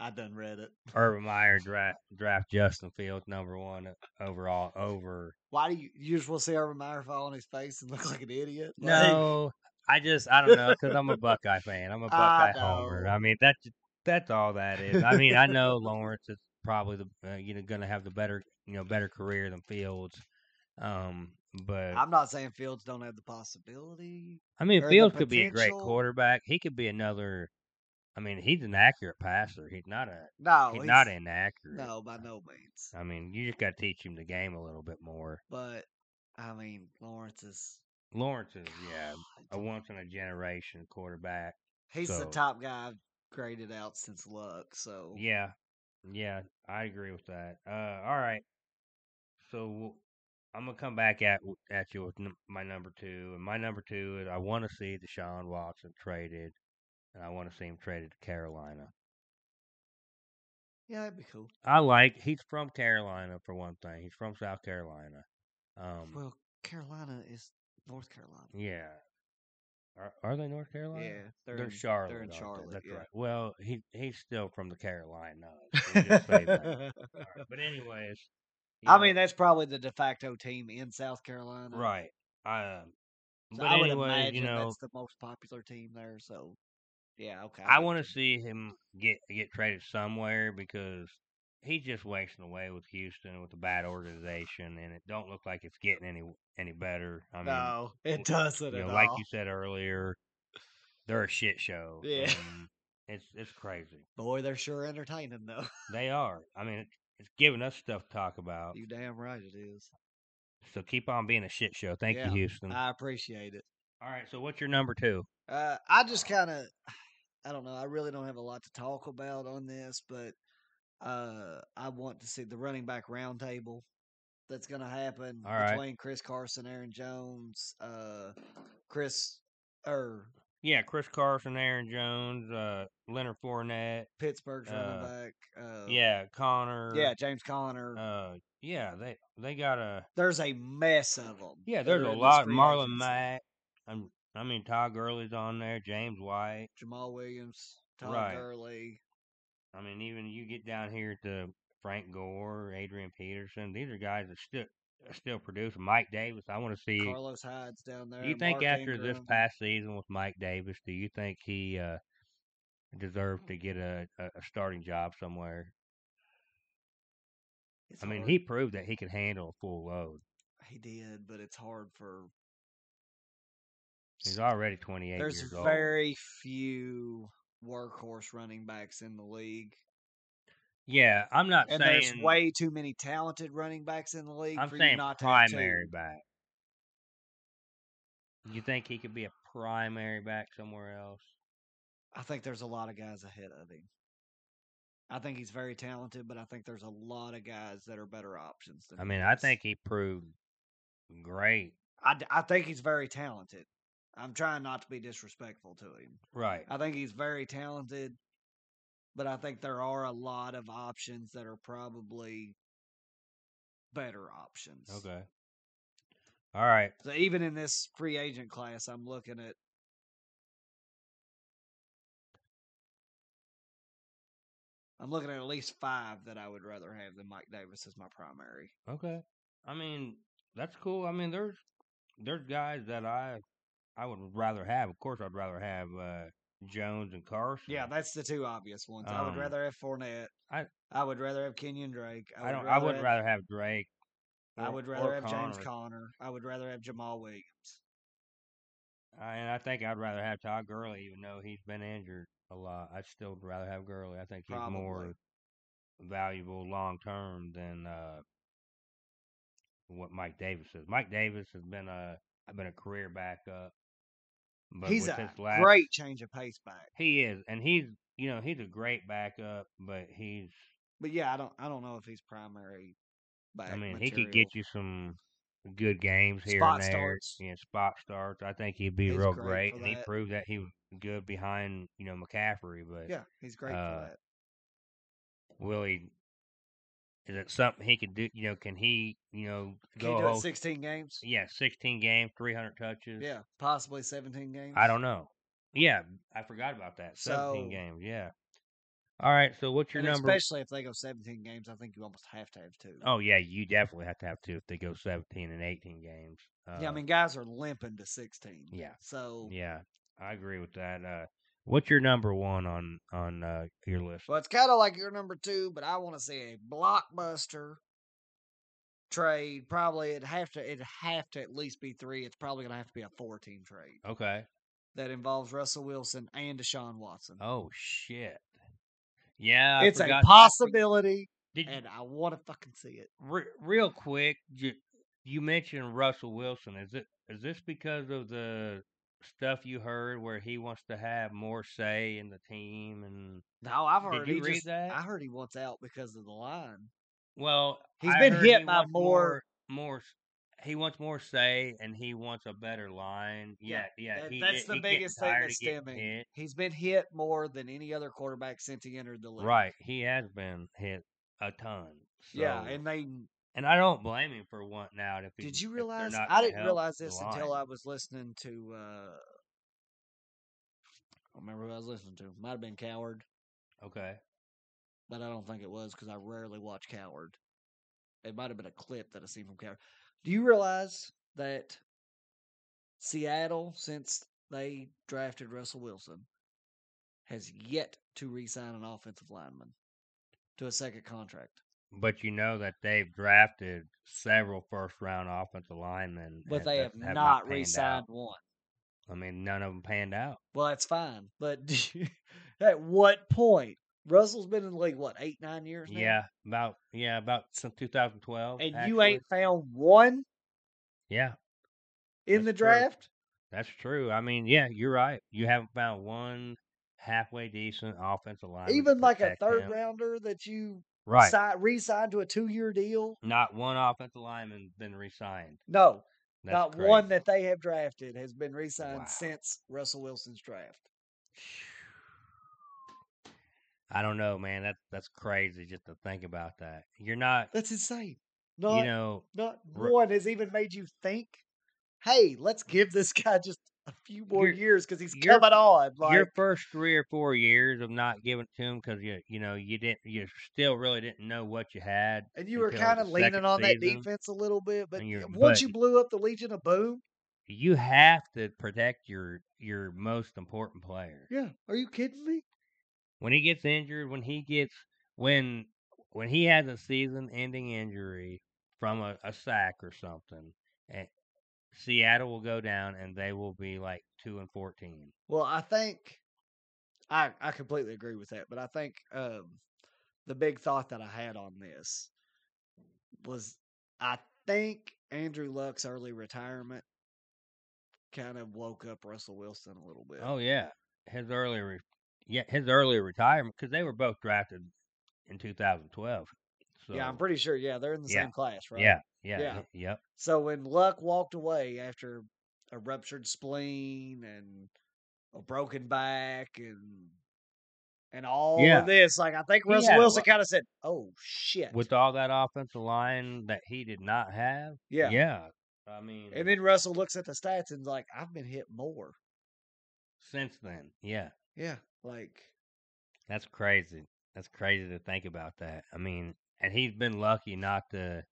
S1: I done read it.
S2: Urban Meyer draft draft Justin Fields number one overall over
S1: Why do you, you just want to see Urban Meyer fall on his face and look like an idiot? Like,
S2: No, I just I don't know because I'm a Buckeye fan. I'm a
S1: I
S2: Buckeye homer.
S1: know.
S2: I mean that's that's all that is. I mean I know Lawrence is probably the uh, you know going to have the better you know better career than Fields, um, but
S1: I'm not saying Fields don't have the possibility.
S2: I mean
S1: or the
S2: Fields could be a great
S1: potential-
S2: quarterback. He could be another. I mean he's an accurate passer. He's not a
S1: No,
S2: he's
S1: Oh, he's-
S2: not inaccurate.
S1: No, by no means.
S2: I mean you just got to teach him the game a little bit more.
S1: But I mean, Lawrence is
S2: Lawrence is yeah
S1: Oh,
S2: a once in a generation quarterback.
S1: he's the
S2: So-
S1: top guy I've graded out since Luck. So
S2: Yeah, yeah, I agree with that. Uh, all right, so I'm gonna come back at at you with num- my number two, and my number two is I want to see Deshaun Watson traded, and I want to see him traded to Carolina.
S1: yeah, that'd be cool.
S2: I like he's from Carolina for one thing. He's from South Carolina. Um,
S1: well, Carolina is North Carolina.
S2: yeah, are are they North Carolina?
S1: Yeah,
S2: They're,
S1: in-
S2: Charlotte.
S1: They're in
S2: aren't
S1: Charlotte.
S2: That's
S1: yeah.
S2: right. Well, he he's still from the Carolinas. we'll just say that. But anyways, you
S1: I
S2: know,
S1: mean, that's probably the de facto team in South Carolina.
S2: Right. Um,
S1: So
S2: but
S1: I would
S2: anyway,
S1: imagine
S2: you know,
S1: that's the most popular team there. So, yeah, okay.
S2: I want to see him get get traded somewhere because he's just wasting away with Houston with a bad organization, and it don't look like it's getting any any better. I mean,
S1: no, it
S2: w-
S1: doesn't
S2: you
S1: at
S2: know,
S1: all.
S2: like you said earlier, they're a shit show.
S1: Yeah.
S2: and it's it's crazy.
S1: Boy, they're sure entertaining though.
S2: They are. I mean, It's giving us stuff to talk about.
S1: You damn right it is.
S2: So keep on being a shit show. Thank
S1: Yeah,
S2: you, Houston.
S1: I appreciate it.
S2: All right. So what's your number two?
S1: Uh, I just kind of, I don't know. I really don't have a lot to talk about on this, but uh, I want to see the running back roundtable that's going to happen
S2: All right.
S1: between Chris Carson, Aaron Jones, uh, Chris er, or
S2: Yeah, Chris Carson, Aaron Jones, uh, Leonard Fournette.
S1: Pittsburgh's running
S2: Uh,
S1: back. Uh,
S2: Yeah, Connor.
S1: yeah, James Connor.
S2: Uh, yeah, they they got a
S1: there's a mess of them.
S2: yeah. There's a lot. Marlon Mack. I'm, I mean, Todd Gurley's on there. James White.
S1: Jamal Williams, Todd
S2: Right.
S1: Gurley.
S2: I mean, even you get down here to Frank Gore, Adrian Peterson. These are guys that still that still produce. Mike Davis. I want to see.
S1: Carlos Hyde's down there.
S2: do you think
S1: Mark
S2: after this
S1: Ingram.
S2: past season with Mike Davis, do you think he uh, deserved to get a, a a starting job somewhere?
S1: It's
S2: I mean,
S1: hard.
S2: he proved that he could handle a full load.
S1: he did, but it's hard for.
S2: He's already 28
S1: There's
S2: years old.
S1: very few workhorse running backs in the league,
S2: Yeah, I'm not
S1: and
S2: saying.
S1: there's way too many talented running backs in the league
S2: I'm
S1: for
S2: saying
S1: you not to have two.
S2: primary back. You think he could be a primary back somewhere else?
S1: I think there's a lot of guys ahead of him. I think he's very talented, but I think there's a lot of guys that are better options. Than
S2: I
S1: he
S2: mean, I
S1: is.
S2: think he proved great.
S1: I, d- I think he's very talented. I'm trying not to be disrespectful to him.
S2: Right.
S1: I think he's very talented, but I think there are a lot of options that are probably better options.
S2: Okay. All right.
S1: So even in this free agent class, I'm looking at I'm looking at at least five that I would rather have than Mike Davis as my primary.
S2: Okay. I mean, that's cool. I mean, there's there's guys that I I would rather have. Of course, I'd rather have uh, Jones and Carson.
S1: Yeah, that's the two obvious ones. I would
S2: Hmm. Um,
S1: rather have Fournette.
S2: I-
S1: I would rather have Kenyon Drake.
S2: I don't. I would
S1: have-
S2: rather have Drake.
S1: I
S2: or-
S1: would
S2: or
S1: rather have James
S2: Connor.
S1: Conner. I would rather have Jamal Williams.
S2: I- and I think I'd rather have Todd Gurley, even though he's been injured a lot. I'd still rather have Gurley. I think he's
S1: Probably.
S2: more valuable long term than uh, what Mike Davis is. Mike Davis has been a been a career backup. But
S1: He's
S2: with
S1: a
S2: this last,
S1: great change of pace back.
S2: He is, and he's you know he's a great backup, but he's
S1: But yeah, I don't I don't know if he's primary back.
S2: I mean he
S1: material.
S2: could get you some good games here
S1: Spot
S2: and there.
S1: starts.
S2: Yeah, spot starts. I think he'd be
S1: He's
S2: real
S1: great
S2: great.
S1: for
S2: and he
S1: that.
S2: proved that he was good behind you know McCaffrey, but
S1: Yeah, he's great
S2: uh,
S1: for that.
S2: will he? Is it something he could do? You know, can he? You know,
S1: Can
S2: go
S1: he do
S2: whole,
S1: it sixteen games?
S2: yeah, sixteen games, three hundred touches.
S1: Yeah, possibly seventeen games.
S2: I don't know. Yeah, I forgot about that.
S1: So-
S2: Seventeen games. Yeah. All right. So what's your
S1: And
S2: number?
S1: Especially if they go seventeen games, I think you almost have to have two.
S2: Oh yeah, you definitely have to have two if they go seventeen and eighteen games. Uh,
S1: yeah, I mean guys are limping to sixteen.
S2: yeah.
S1: So
S2: yeah, I agree with that. Uh, what's your number one on on uh, your list?
S1: Well, it's kind of like your number two, but I want to see a blockbuster trade. Probably it'd have to it'd have to at least be three. It's probably gonna have to be a four team trade
S2: Okay.
S1: that involves Russell Wilson and Deshaun Watson.
S2: Oh shit. Yeah, I
S1: it's
S2: forgot- I
S1: a
S2: for-
S1: possibility,
S2: Did you,
S1: and I want to fucking see it.
S2: re- real quick, you, you mentioned Russell Wilson. Is it is this because of the stuff you heard where he wants to have more say in the team and
S1: No, I've
S2: Did
S1: heard
S2: you
S1: he
S2: read
S1: just,
S2: that?
S1: I heard he wants out because of the line.
S2: Well,
S1: He's
S2: I
S1: been
S2: heard
S1: hit
S2: he
S1: by
S2: wants
S1: more-
S2: more. more s- he wants more say, and he wants a better line. Yeah,
S1: Yeah,
S2: yeah.
S1: that-
S2: he
S1: that's
S2: get-
S1: the
S2: he getting
S1: biggest thing
S2: tired
S1: that's
S2: of getting
S1: stemming.
S2: hit.
S1: He's been hit more than any other quarterback since he entered the league.
S2: Right, he has been hit a ton.
S1: Yeah,
S2: so-
S1: and they
S2: and I don't blame him for wanting out. If he,
S1: Did you
S2: if they're
S1: realize?
S2: not
S1: I
S2: gonna
S1: didn't
S2: help
S1: realize
S2: the
S1: this until
S2: line.
S1: I was listening to. uh I don't remember who I was listening to. Might have been Coward,
S2: Okay,
S1: but I don't think it was because I rarely watch Coward. It might have been a clip that I seen from Coward. Do you realize that Seattle, since they drafted Russell Wilson, has yet to re-sign an offensive lineman to a second contract?
S2: but you know that they've drafted several first-round offensive linemen,
S1: But
S2: and
S1: they
S2: that
S1: have,
S2: panned
S1: not
S2: out.
S1: re-signed one.
S2: I mean, none of them panned out.
S1: Well, that's fine, but do you- at what point Russell's been in the league what eight nine years now.
S2: Yeah, about yeah, about since 2012.
S1: and you
S2: actually.
S1: ain't found one
S2: Yeah,
S1: in
S2: That's
S1: the
S2: true.
S1: draft.
S2: that's true. I mean, yeah, you're right. You haven't found one halfway decent offensive line,
S1: Even like a third rounder that you
S2: right?
S1: si- re-signed to a two year deal.
S2: Not one offensive lineman been re-signed.
S1: No,
S2: That's
S1: not
S2: crazy.
S1: one that they have drafted has been re-signed
S2: Wow.
S1: since Russell Wilson's draft.
S2: I don't know, man. That that's crazy just to think about that. You're not,
S1: That's insane. Not
S2: you know,
S1: not
S2: Ru-
S1: one has even made you think. Hey, let's give this guy just a few more
S2: You're-
S1: years because he's
S2: you're-
S1: coming on. Like,
S2: your first three or four years of not giving it to him because you you know you didn't you still really didn't know what you had.
S1: and you were
S2: until
S1: kind of
S2: the
S1: leaning
S2: second
S1: on that
S2: season,
S1: defense a little bit, but
S2: and you're-
S1: once
S2: but-
S1: you blew up the Legion of Boom,
S2: You have to protect your your most important player.
S1: yeah, are you kidding me?
S2: when he gets injured, when he gets when when he has a season-ending injury from a, a sack or something, and Seattle will go down and they will be like two and fourteen.
S1: Well, I think I I completely agree with that, but I think um, the big thought that I had on this was I think Andrew Luck's early retirement kind of woke up Russell Wilson a little bit.
S2: Oh yeah, his early re- yeah his early retirement because they were both drafted in 2012. So,
S1: yeah, I'm pretty sure. Yeah, they're in the
S2: Yeah.
S1: same class, right?
S2: Yeah, yeah,
S1: Yeah.
S2: h- yep.
S1: So when Luck walked away after a ruptured spleen and a broken back and and all
S2: Yeah.
S1: of this, like I think
S2: He
S1: Russell
S2: had a
S1: Wilson
S2: lot-
S1: kind of said, "Oh shit,"
S2: With all that offensive line that he did not have.
S1: yeah.
S2: Yeah. I mean,
S1: And then Russell looks at the stats and's like, "I've been hit more."
S2: since then, yeah.
S1: Yeah, like
S2: That's crazy. That's crazy to think about that. I mean, and he's been lucky not to,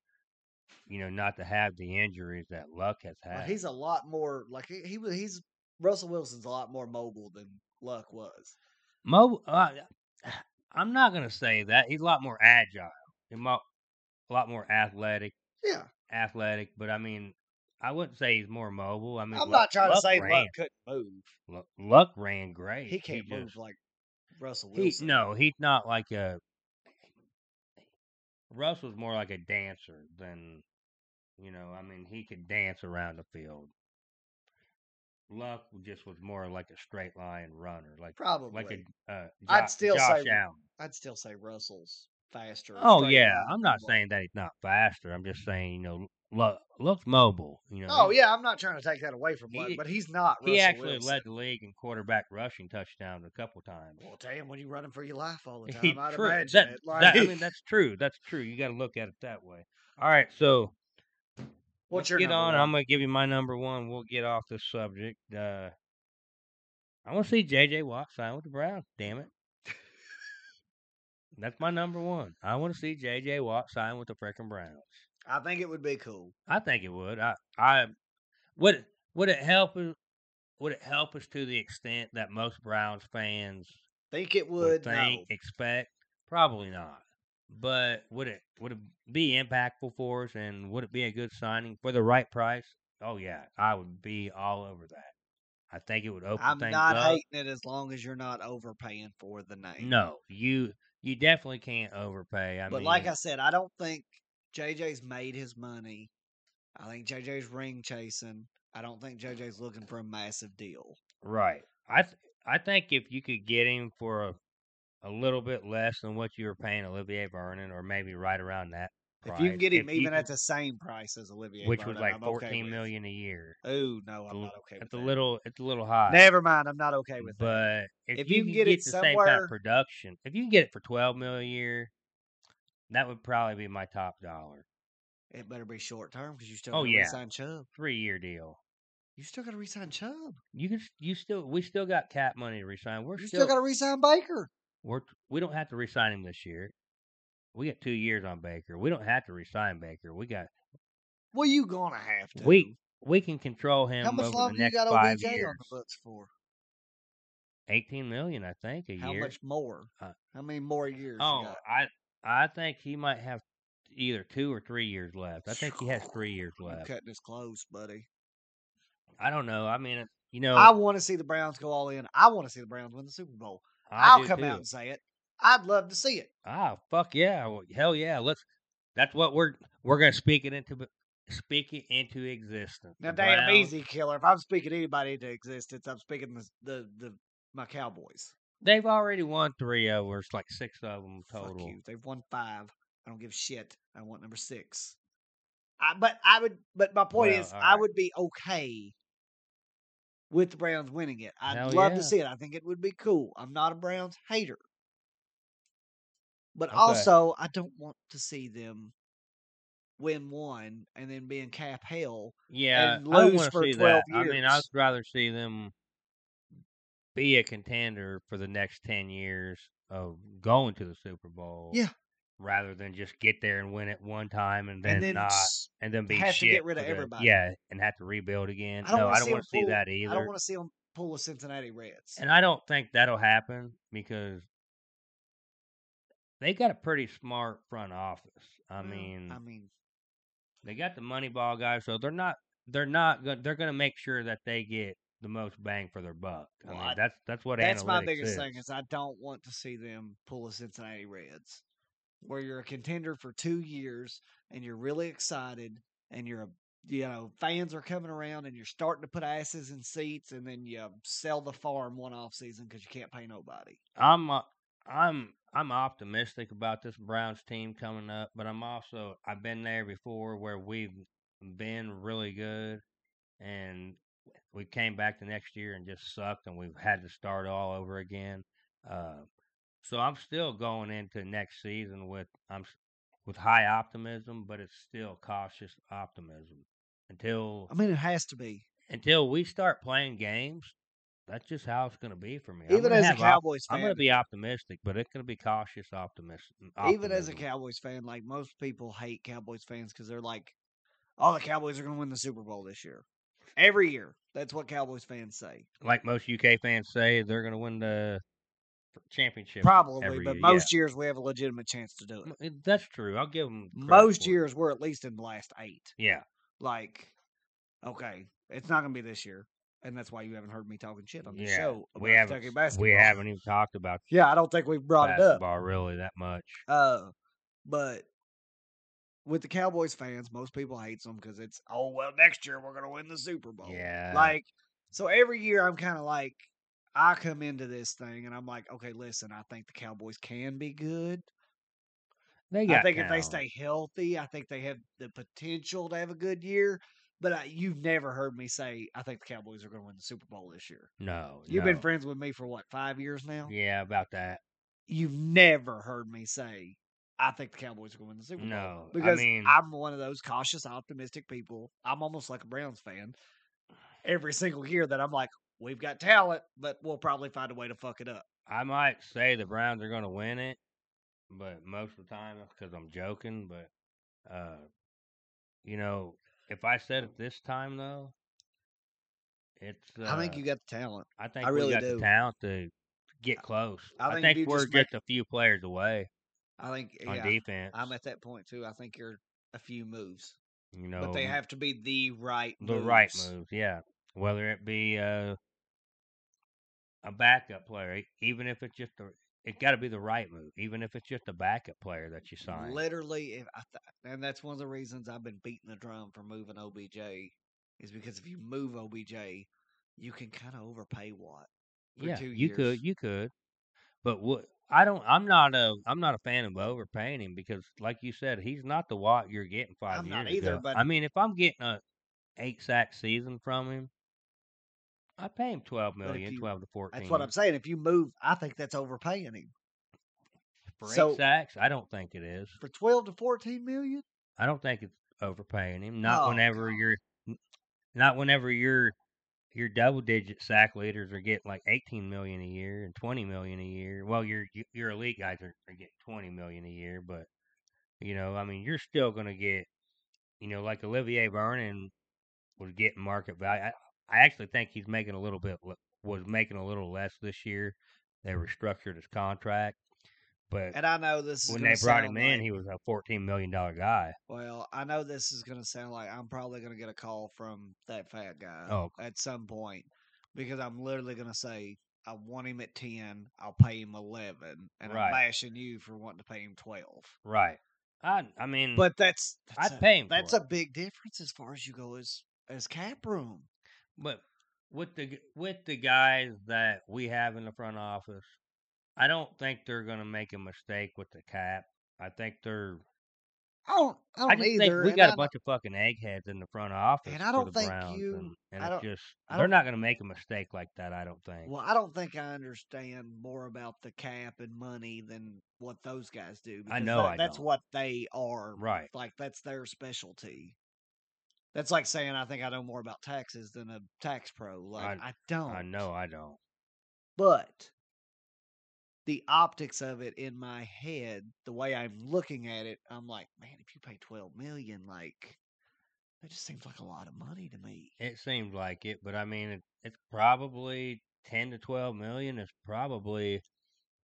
S2: you know, not to have the injuries that Luck has
S1: like,
S2: had.
S1: uh, he's a lot more like he, he was. He's Russell Wilson's a lot more mobile than Luck was.
S2: Mo, uh, I'm not gonna say that he's a lot more agile, he's mo- a lot more athletic,
S1: Yeah,
S2: athletic. But I mean, I wouldn't say he's more mobile. I mean,
S1: I'm
S2: Lu-
S1: not trying to
S2: Luck
S1: say
S2: ran,
S1: Luck couldn't move.
S2: Luck. Luck ran great.
S1: He can't move
S2: just-
S1: like Russell
S2: He
S1: Wilson.
S2: no, he's not like a. Russell's more like a dancer than, you know. I mean, he could dance around the field. Luck just was more like a straight line runner, like
S1: probably.
S2: like a. Uh,
S1: I'd
S2: Jo-
S1: still
S2: Josh
S1: say-
S2: Allen.
S1: I'd still say Russell's faster.
S2: Oh
S1: straight
S2: yeah,
S1: line
S2: I'm
S1: than
S2: not
S1: Luck.
S2: saying that he's not faster. I'm just saying you know Luck Luck's mobile. You know.
S1: Oh
S2: he-
S1: yeah, I'm not trying to take that away from
S2: He-
S1: Luck, but he's not.
S2: He
S1: Russell
S2: actually
S1: Wilson.
S2: led the league in quarterback rushing touchdowns a couple times.
S1: Well, damn, when you're running for your life all the
S2: He-
S1: time, I'd
S2: true.
S1: imagine
S2: That-
S1: it. Like,
S2: that- I mean, that's true. That's true. You got to look at it that way. All right, so
S1: what's
S2: let's
S1: your
S2: get
S1: number
S2: on.
S1: one?
S2: I'm gonna give you my number one. We'll get off this subject. Uh, I want to see JJ Watt sign with the Browns. Damn it, that's my number one. I want to see JJ Watt sign with the frickin' Browns.
S1: I think it would be cool.
S2: I think it would. I, I would. it- Would it help? us- Would it help us to the extent that most Browns fans
S1: Think it would?
S2: would think,
S1: no.
S2: expect? Probably not. But would it would it be impactful for us and would it be a good signing for the right price? Oh yeah, I would be all over that. I think it would open
S1: I'm
S2: things
S1: not
S2: up.
S1: hating it as long as you're not overpaying for the name.
S2: No, you you definitely can't overpay. I
S1: but
S2: mean,
S1: like I said, I don't think JJ's made his money. I think JJ's ring chasing. I don't think JJ's looking for a massive deal.
S2: right. I th- I think if you could get him for a, a little bit less than what you were paying Olivier Vernon, or maybe right around that. Price,
S1: If you can get him
S2: if you
S1: even at
S2: could-
S1: the same price as Olivier,
S2: which was
S1: Vernon,
S2: like
S1: I'm okay
S2: fourteen
S1: with.
S2: million a year,
S1: Ooh, no,
S2: It's a
S1: I'm
S2: l-
S1: not okay with
S2: it's a
S1: that.
S2: little it's a little high.
S1: Never mind, I'm not okay with that.
S2: But if, you, can get,
S1: it
S2: the same kind
S1: somewhere-
S2: of production, if you can get it for twelve mil a year, that would probably be my top dollar.
S1: It better be short term because you still
S2: Oh,
S1: gotta
S2: yeah.
S1: resign Chubb.
S2: Three year deal.
S1: You still gotta resign Chubb.
S2: You can s- you still we still got cap money to resign. We're
S1: You
S2: still,
S1: still gotta resign Baker.
S2: we're we don't have to resign him this year. We got two years on Baker. We don't have to resign Baker. We got
S1: Well, you gonna have to.
S2: we we can control him
S1: How much
S2: over
S1: longer
S2: the
S1: you
S2: next
S1: got
S2: five
S1: OBJ
S2: years.
S1: on the books for?
S2: Eighteen million, I think, a
S1: How
S2: year.
S1: much more?
S2: Uh,
S1: How many more years? you
S2: Oh,
S1: got?
S2: I I think he might have either two or three years left. I think he has three years
S1: You
S2: left.
S1: cutting this close, buddy.
S2: I don't know. I mean, you know,
S1: I want to see the Browns go all in. I want to see the Browns win the Super Bowl.
S2: I
S1: I'll
S2: do
S1: come
S2: too.
S1: out and say it. I'd love to see it.
S2: Ah, fuck yeah, well, hell yeah. Let's. That's what we're we're gonna speak it into speak it into existence.
S1: Now,
S2: The
S1: damn
S2: Browns-
S1: easy killer. If I'm speaking anybody into existence, I'm speaking the the, the my Cowboys.
S2: They've already won three over. It's like six of them total.
S1: Fuck you. They've won five. I don't give a shit. I want number six. I, but I would. But my point
S2: Well,
S1: is,
S2: all
S1: I
S2: right.
S1: would be okay with the Browns winning it. I'd
S2: Hell
S1: love
S2: yeah.
S1: to see it. I think it would be cool. I'm not a Browns hater, but
S2: Okay.
S1: also I don't want to see them win one and then be in cap hell.
S2: Yeah,
S1: and
S2: I don't
S1: lose
S2: wanna
S1: for
S2: see
S1: 12
S2: that. I mean, I'd
S1: years.
S2: rather see them be a contender for the next ten years of going to the Super Bowl.
S1: Yeah.
S2: Rather than just get there and win it one time and then,
S1: and then
S2: not
S1: s-
S2: and then be
S1: have to
S2: shit
S1: get rid of
S2: for the-
S1: everybody.
S2: Yeah, and have to rebuild again.
S1: I don't
S2: no,
S1: wanna
S2: I don't
S1: see
S2: want to
S1: 'em
S2: see
S1: pull-
S2: that
S1: I
S2: either.
S1: don't want to see them pull the Cincinnati Reds.
S2: And I don't think that'll happen because they got a pretty smart front office. I
S1: Well,
S2: mean,
S1: Mm, I mean,
S2: they got the Moneyball guys, so they're not they're not go- they're going to make sure that they get the most bang for their buck. I
S1: Well,
S2: mean,
S1: I-
S2: that's that's what
S1: that's my
S2: analytics
S1: biggest
S2: is.
S1: thing is I don't want to see them pull the Cincinnati Reds, where you're a contender for two years and you're really excited and you're a you know fans are coming around and you're starting to put asses in seats and then you sell the farm one off season because you can't pay nobody.
S2: I'm uh, I'm I'm optimistic about this Browns team coming up, but I'm also I've been there before where we've been really good and we came back the next year and just sucked and we've had to start all over again. Uh, so I'm still going into next season with I'm s- with high optimism, but it's still cautious optimism until
S1: I mean, it has to be.
S2: until we start playing games. That's just how it's going to be for me. I'm
S1: Even
S2: gonna
S1: as a
S2: have op-
S1: Cowboys
S2: I'm
S1: fan,
S2: going to be optimistic, but it's going to be cautious optimist. mm,
S1: even as a
S2: optimism.
S1: Cowboys fan, like most people hate Cowboys fans because they're like, "Oh, the Cowboys are going to win the Super Bowl this year." Every year, that's what Cowboys fans say.
S2: like most UK fans say, they're going to win the championship.
S1: Probably,
S2: every
S1: but
S2: year. Yeah.
S1: most years we have a legitimate chance to do it.
S2: M- uh, That's true. I'll give them
S1: Most years we're at least in the last eight.
S2: Yeah,
S1: Like, okay, it's not going to be this year, and that's why you haven't heard me talking shit on the
S2: yeah.
S1: show about
S2: we haven't.
S1: Kentucky
S2: s-
S1: basketball.
S2: We haven't even talked about
S1: Yeah, I don't think we've brought it up.
S2: basketball really that much.
S1: Uh, but with the Cowboys fans, most people hate them because it's oh well, next year we're gonna win the Super Bowl.
S2: Yeah.
S1: like so every year I'm kind of like I come into this thing and I'm like, okay, listen, I think the Cowboys can be good.
S2: They
S1: I
S2: got
S1: think if they
S2: talent.
S1: stay healthy, I think they have the potential to have a good year. But I, you've never heard me say I think the Cowboys are going to win the Super Bowl this year.
S2: No,
S1: You've been
S2: no.
S1: friends with me for what five years now.
S2: Yeah, about that.
S1: You've never heard me say I think the Cowboys are going to win the Super Bowl.
S2: No, I
S1: because
S2: mean-
S1: I'm one of those cautious, optimistic people. I'm almost like a Browns fan. Every single year that I'm like, we've got talent, but we'll probably find a way to fuck it up.
S2: I might say the Browns are going to win it, but most of the time because I'm joking. But uh, you know, if I said it this time though, it's. Uh,
S1: I think you got the talent.
S2: I think
S1: I really
S2: we got
S1: do.
S2: the talent to get close.
S1: I
S2: I
S1: think
S2: think,
S1: you
S2: we're
S1: just
S2: just,
S1: make-
S2: a few players away
S1: I think
S2: on
S1: yeah,
S2: defense.
S1: I'm at that point too. I think you're a few moves.
S2: you know,
S1: but they have to be the right
S2: the right
S1: moves.
S2: moves. Yeah, whether it be uh, a backup player, e- even if it's just a, it got to be the right move, even if it's just a backup player that you sign.
S1: Literally, if I th- and that's one of the reasons I've been beating the drum for moving OBJ is because if you move OBJ, you can kind of overpay Watt. for
S2: yeah,
S1: two
S2: you
S1: years.
S2: could, you could, but what I don't, I'm not a, I'm not a fan of overpaying him because, like you said, he's not the Watt you're getting 5
S1: I'm
S2: years
S1: not either,
S2: ago.
S1: but-
S2: I mean, if I'm getting a eight sack season from him, I pay him 12
S1: if
S2: million,
S1: you-
S2: 12 to fourteen.
S1: That's what I'm saying. If you move, I think that's overpaying him
S2: For
S1: so-
S2: eight sacks, I don't think it is.
S1: for twelve to fourteen million.
S2: I don't think it's overpaying him. Not
S1: Oh,
S2: whenever you're, n- not whenever your your double digit sack leaders are getting like eighteen million a year and twenty million a year. Well, your your elite guys are, are getting twenty million a year, but you know, I mean, you're still going to get, you know, like Olivier Vernon was getting market value. I, I actually think he's making a little bit le- was making a little less this year. They restructured his contract, but
S1: And I know this is
S2: when
S1: gonna
S2: they brought
S1: sound
S2: him in,
S1: like-
S2: he was a fourteen million dollar guy.
S1: Well, I know this is going to sound like I'm probably going to get a call from that fat guy
S2: Oh.
S1: at some point because I'm literally going to say I want him at ten. I'll pay him eleven, and
S2: Right.
S1: I'm bashing you for wanting to pay him twelve.
S2: Right. I I mean,
S1: But that's, that's
S2: Mm. I'd
S1: a-
S2: pay him.
S1: That's
S2: for
S1: a
S2: it.
S1: big difference as far as you go as as cap room.
S2: But with the g- with the guys that we have in the front office, I don't think they're going to make a mistake with the cap. I think they're.
S1: I don't. I don't
S2: I just
S1: either.
S2: think we
S1: and
S2: got
S1: I-
S2: a bunch of fucking eggheads in the front office.
S1: And I don't
S2: for the
S1: think
S2: Browns,
S1: you-
S2: And, and
S1: I
S2: it's
S1: don't-
S2: just
S1: I
S2: they're
S1: don't-
S2: not going to make a mistake like that. I don't think.
S1: Well, I don't think I understand more about the cap and money than what those guys do.
S2: I
S1: because
S2: know
S1: that-
S2: I
S1: that's
S2: don't.
S1: what they are.
S2: right.
S1: Like that's their specialty. That's like saying I think I know more about taxes than a tax pro. Like I, don't.
S2: I know. I don't.
S1: But the optics of it in my head, the way I'm looking at it, I'm like, man, if you pay 12 million, like that just seems like a lot of money to me.
S2: It seemed like it, but I mean, it, it's probably ten to twelve million is probably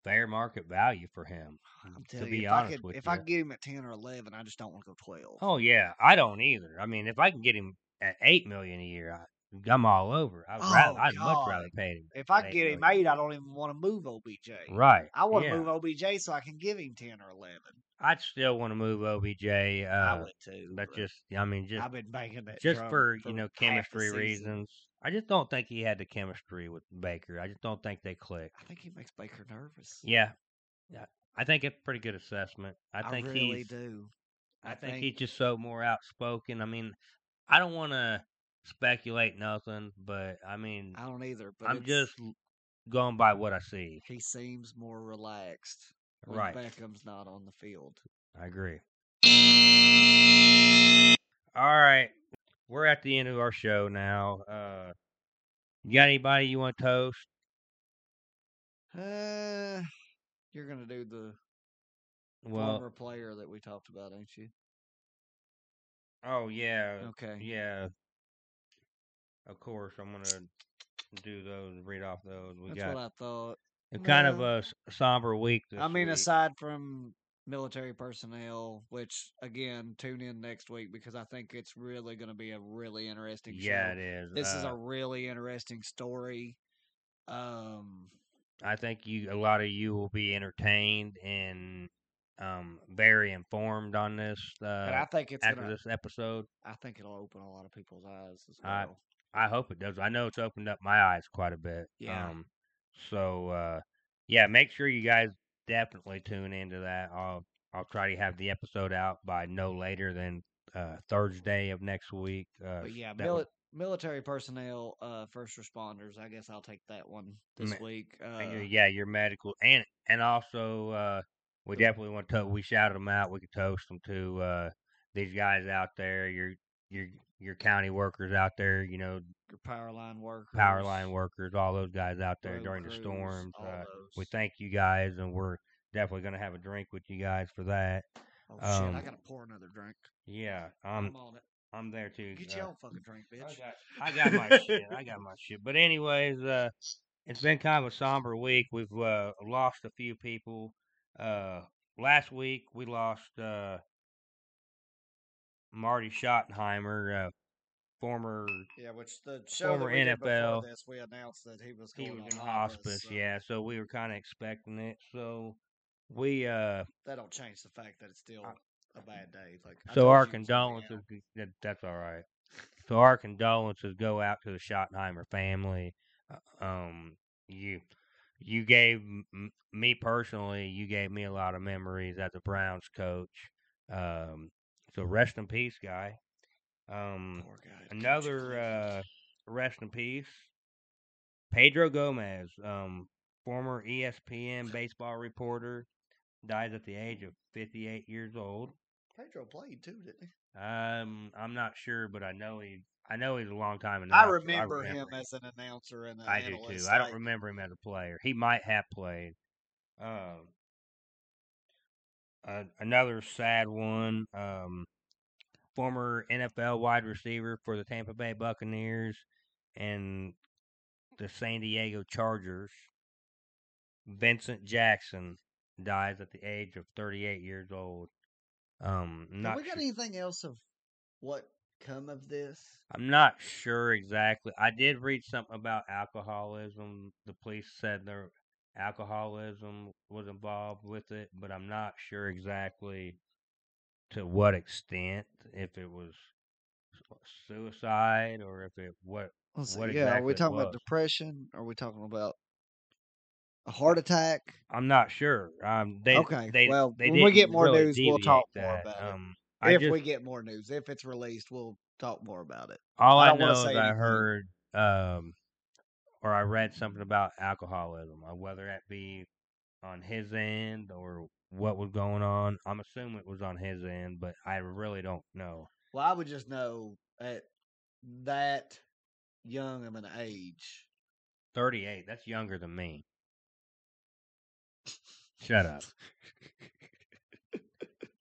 S2: fair market value for him. um,
S1: I'm
S2: to
S1: telling
S2: be
S1: you, if I
S2: honest
S1: could,
S2: with
S1: if I
S2: you.
S1: could get him at 10 or 11, I just don't want to go 12.
S2: Oh yeah, I don't either. I mean, if I can get him at eight million a year, I, I'm all over. I'd,
S1: Oh,
S2: rather, I'd much
S1: God.
S2: rather pay him.
S1: If I
S2: Eight
S1: get him
S2: million.
S1: eight, I don't even want to move OBJ.
S2: Right.
S1: I want to
S2: yeah.
S1: move OBJ so I can give him 10 or 11.
S2: I'd still want to move OBJ.
S1: I
S2: Uh,
S1: would too.
S2: but
S1: but
S2: just, I mean, just
S1: I've been banking that
S2: just
S1: drum
S2: for you know
S1: half the
S2: chemistry
S1: season.
S2: reasons. I just don't think he had the chemistry with Baker. I just don't think they click.
S1: I think he makes Baker nervous.
S2: Yeah, yeah. I think it's a pretty good assessment. I
S1: I,
S2: think
S1: really
S2: he's.
S1: do.
S2: I think he's just so more outspoken. I mean, I don't want to speculate nothing, but I mean,
S1: I don't either. But
S2: I'm
S1: it's-
S2: just l- going by what I see.
S1: he seems more relaxed when
S2: Right.
S1: Beckham's not on the field.
S2: I agree. All right. We're at the end of our show now. Uh you got anybody you want to toast?
S1: Uh, you're gonna do the former
S2: Well,
S1: player that we talked about, ain't you?
S2: oh yeah.
S1: Okay.
S2: Yeah. Of course, I'm going to do those, read off those. We
S1: That's
S2: got
S1: what I thought.
S2: a kind of
S1: well,
S2: a s- somber week this
S1: I mean,
S2: week.
S1: aside from military personnel, which again, tune in next week because I think it's really gonna be a really interesting
S2: Yeah,
S1: show.
S2: it is.
S1: This is
S2: Uh,
S1: a really interesting story. Um,
S2: I think you a lot of you will be entertained and um very informed on this
S1: and
S2: uh
S1: I think it's
S2: after
S1: gonna.
S2: this episode.
S1: I think it'll open a lot of people's eyes as
S2: I-
S1: well.
S2: I hope it does. I know it's opened up my eyes quite a bit.
S1: Yeah.
S2: Um so uh yeah, make sure you guys definitely tune into that. I'll I'll try to have the episode out by no later than uh Thursday of next week. Uh
S1: But yeah,
S2: that was-
S1: mili- military personnel, uh, first responders. I guess I'll take that one this
S2: Ma-
S1: week. Uh,
S2: and your- yeah, your medical and and also uh we definitely want to we shouted them out. We could toast them to uh these guys out there, your your your county workers out there, you know,
S1: your power line workers,
S2: power line workers, all those guys out there
S1: road
S2: during the
S1: crews,
S2: storms.
S1: all
S2: Uh,
S1: those.
S2: we thank you guys, and we're definitely going to have a drink with you guys for that.
S1: Oh shit! I
S2: um,
S1: gotta pour another drink.
S2: Yeah,
S1: I'm
S2: I'm
S1: on it.
S2: I'm there too.
S1: Get
S2: uh,
S1: your own fucking drink,
S2: I
S1: bitch.
S2: got, I got my shit. I got my shit. But anyways, uh, it's been kind of a somber week. We've uh, lost a few people. Uh, last week we lost uh, Marty Schottenheimer, uh, former
S1: Yeah, which the show
S2: Former
S1: that we did
S2: NFL.
S1: before this, we announced that he was
S2: he
S1: going
S2: was
S1: to
S2: in hospice.
S1: so
S2: Yeah, so we were kind of expecting it. So we uh,
S1: that don't change the fact that it's still
S2: Uh,
S1: a bad day. Like, I
S2: so
S1: told
S2: our
S1: you it's gonna be
S2: condolences.
S1: out.
S2: That, that's all right. So our condolences go out to the Schottenheimer family. Uh, Um, you you gave m- m- me personally, you gave me a lot of memories as a Browns coach. Um, so rest in peace, guy. Um,
S1: Poor guy. Couldn't you
S2: another
S1: believe it?
S2: uh, rest in peace, Pedro Gomez, um, former ESPN baseball reporter, dies at the age of 58 years old.
S1: Pedro played too, didn't he?
S2: Um, I'm not sure, but I know he. I know he's a long time. in the
S1: I
S2: house, so
S1: remember, him as an announcer and an
S2: I do
S1: analyst.
S2: too. I
S1: like,
S2: don't remember him as a player. He might have played. Um, uh, another sad one. Um, former NFL wide receiver for the Tampa Bay Buccaneers and the San Diego Chargers, Vincent Jackson dies at the age of 38 years old. Um,
S1: Have
S2: not
S1: we got
S2: sure-
S1: anything else of what come of this?
S2: I'm not sure exactly. I did read something about alcoholism. The police said their alcoholism was involved with it, but I'm not sure exactly to what extent. If it was su- suicide or if it what?
S1: Let's see,
S2: What
S1: yeah, are we
S2: exactly it
S1: talking about
S2: was.
S1: depression? Are we talking about a heart attack?
S2: I'm not sure. Um, they
S1: Okay,
S2: They,
S1: well,
S2: they
S1: when we
S2: didn't
S1: get more
S2: really
S1: news, we'll
S2: deviate
S1: talk more
S2: that.
S1: about it.
S2: Um, I
S1: If
S2: just
S1: we get more news, if it's released, we'll talk more about it.
S2: All
S1: I
S2: I,
S1: don't wanna
S2: know is
S1: say
S2: I
S1: anything.
S2: heard um, or I read something about alcoholism, uh, whether that be on his end or what was going on. I'm assuming it was on his end, but I really don't know.
S1: Well, I would just know at that young of an age.
S2: 38, that's younger than me. Shut up.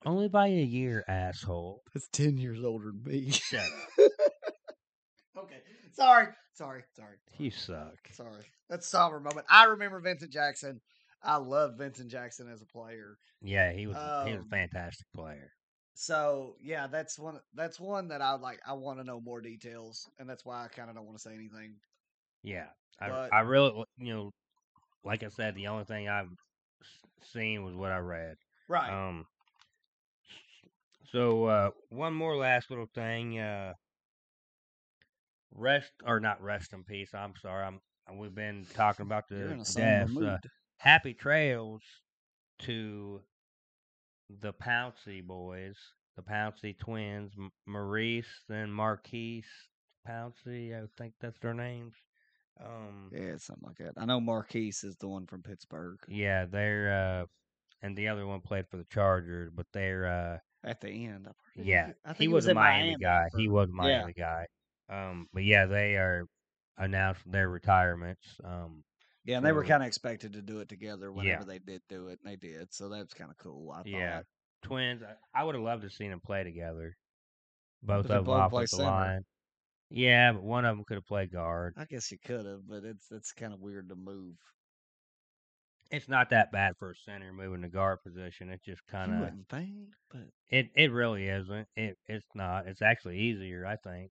S2: Only by a year, asshole.
S1: That's ten years older than me.
S2: Shut up.
S1: okay, sorry, sorry, sorry.
S2: You suck.
S1: Sorry. That's somber moment. I remember Vincent Jackson. I love Vincent Jackson as a player.
S2: Yeah, he was he was
S1: Um,
S2: a fantastic player.
S1: So yeah, that's one that's one that I like I want to know more details and that's why I kinda don't want to say anything.
S2: Yeah. I
S1: but-
S2: I really you know, like I said, the only thing I've s- seen was what I read.
S1: Right.
S2: Um. So uh, one more last little thing. Uh, rest or not rest in peace. I'm sorry. I'm we've been talking about
S1: You're
S2: the
S1: in a somber
S2: deaths.
S1: mood.
S2: Uh, happy trails to the Pouncey boys, the Pouncey twins, M- Maurice and Marquise Pouncey. I think that's their names. Um.
S1: yeah, it's something like that. I know Marquise is the one from Pittsburgh.
S2: Yeah, they're uh, and the other one played for the Chargers, but they're uh.
S1: At the end. I forget.
S2: Yeah,
S1: I think
S2: he was a
S1: in
S2: Miami, guy. He
S1: for-
S2: was a Miami guy. Um, but yeah, they are announced their retirements. Um,
S1: Yeah, and they were
S2: for-
S1: kinda expected to do it together whenever
S2: Yeah.
S1: they did do it and they did. So that was kinda cool, I thought.
S2: yeah, twins. I, I would have loved to seen them play together. Both
S1: But they
S2: of them
S1: both play
S2: off the
S1: center. Uh,
S2: line. Yeah, but one of them could have played guard.
S1: I guess you could have, but it's it's kinda weird to move.
S2: It's not that bad for a center moving to guard position. It's just kind
S1: You
S2: of
S1: wouldn't think, but
S2: it. It really isn't. It it's not. It's actually easier, I think.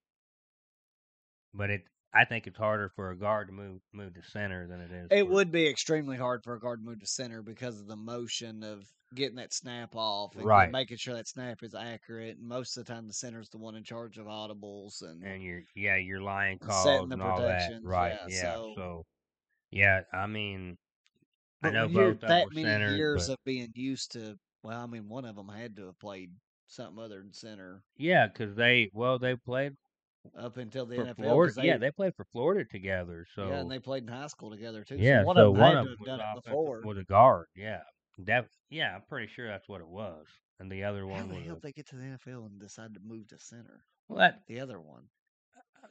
S2: But it. I think it's harder for a guard to move move to center than it is.
S1: It
S2: for-
S1: would be extremely hard for a guard to move to center because of the motion of getting that snap off and
S2: Right.
S1: making sure that snap is accurate. And most of the time, the center's the one in charge of audibles and,
S2: and your yeah your lion
S1: And
S2: calls
S1: setting
S2: and,
S1: the
S2: all that
S1: protections,
S2: right
S1: yeah,
S2: yeah,
S1: so-
S2: so. yeah i mean i
S1: But
S2: know
S1: when you're
S2: both of them
S1: that
S2: were
S1: many
S2: centers
S1: years
S2: but,
S1: of being used to. Well, I mean, one of them had to have played something other than center
S2: yeah because they well they played
S1: up until the
S2: for
S1: NFL. 'cause
S2: florida yeah they played for florida together so
S1: yeah, and they played in high school together too.
S2: yeah,
S1: so one
S2: so
S1: of them
S2: one
S1: had
S2: of
S1: to
S2: them
S1: have done
S2: was,
S1: it
S2: offensive-
S1: before.
S2: was a guard yeah that yeah i'm pretty sure that's what it was and the other
S1: How
S2: one
S1: the
S2: was
S1: hell did
S2: a,
S1: they get to the NFL and decide to move to center?
S2: well that
S1: The other one.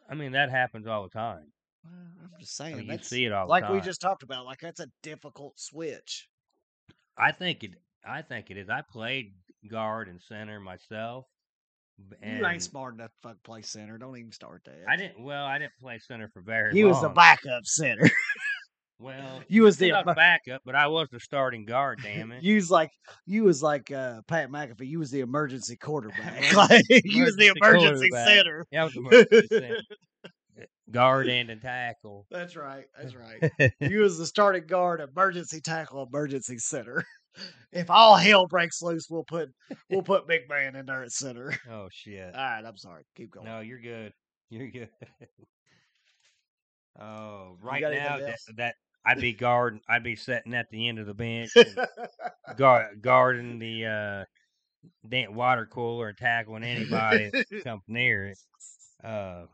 S2: i mean that happens all the time
S1: Well, I'm just
S2: I
S1: saying.
S2: mean, you
S1: that's,
S2: see it all the
S1: like we
S2: time.
S1: just talked about. Like that's a difficult switch.
S2: I think it. I think it is. I played guard and center myself. b-
S1: you ain't
S2: and
S1: smart enough to fuck play center. Don't even start that.
S2: I didn't. Well, I didn't play center for very
S1: You
S2: long.
S1: was the backup center.
S2: Well,
S1: you was
S2: still
S1: the
S2: not backup, but I was the starting guard. Damn it!
S1: you was like you was like uh, Pat McAfee. You was the emergency quarterback.
S2: Emergency
S1: like, you was the
S2: emergency
S1: emergency
S2: quarterback.
S1: center.
S2: yeah, I was the emergency center. Eh, guard and a tackle.
S1: That's right. That's right. you was the starting guard, emergency tackle, emergency center. If all hell breaks loose, we'll put we'll put Big Man in there at center.
S2: oh shit!
S1: All right, I'm sorry. Keep going.
S2: No, you're good. You're good. oh, right
S1: got anything
S2: now that,
S1: else?
S2: that I'd be guarding. I'd be sitting at the end of the bench, and guard, guarding the uh, damn water cooler and tackling anybody that comes near it. Uh,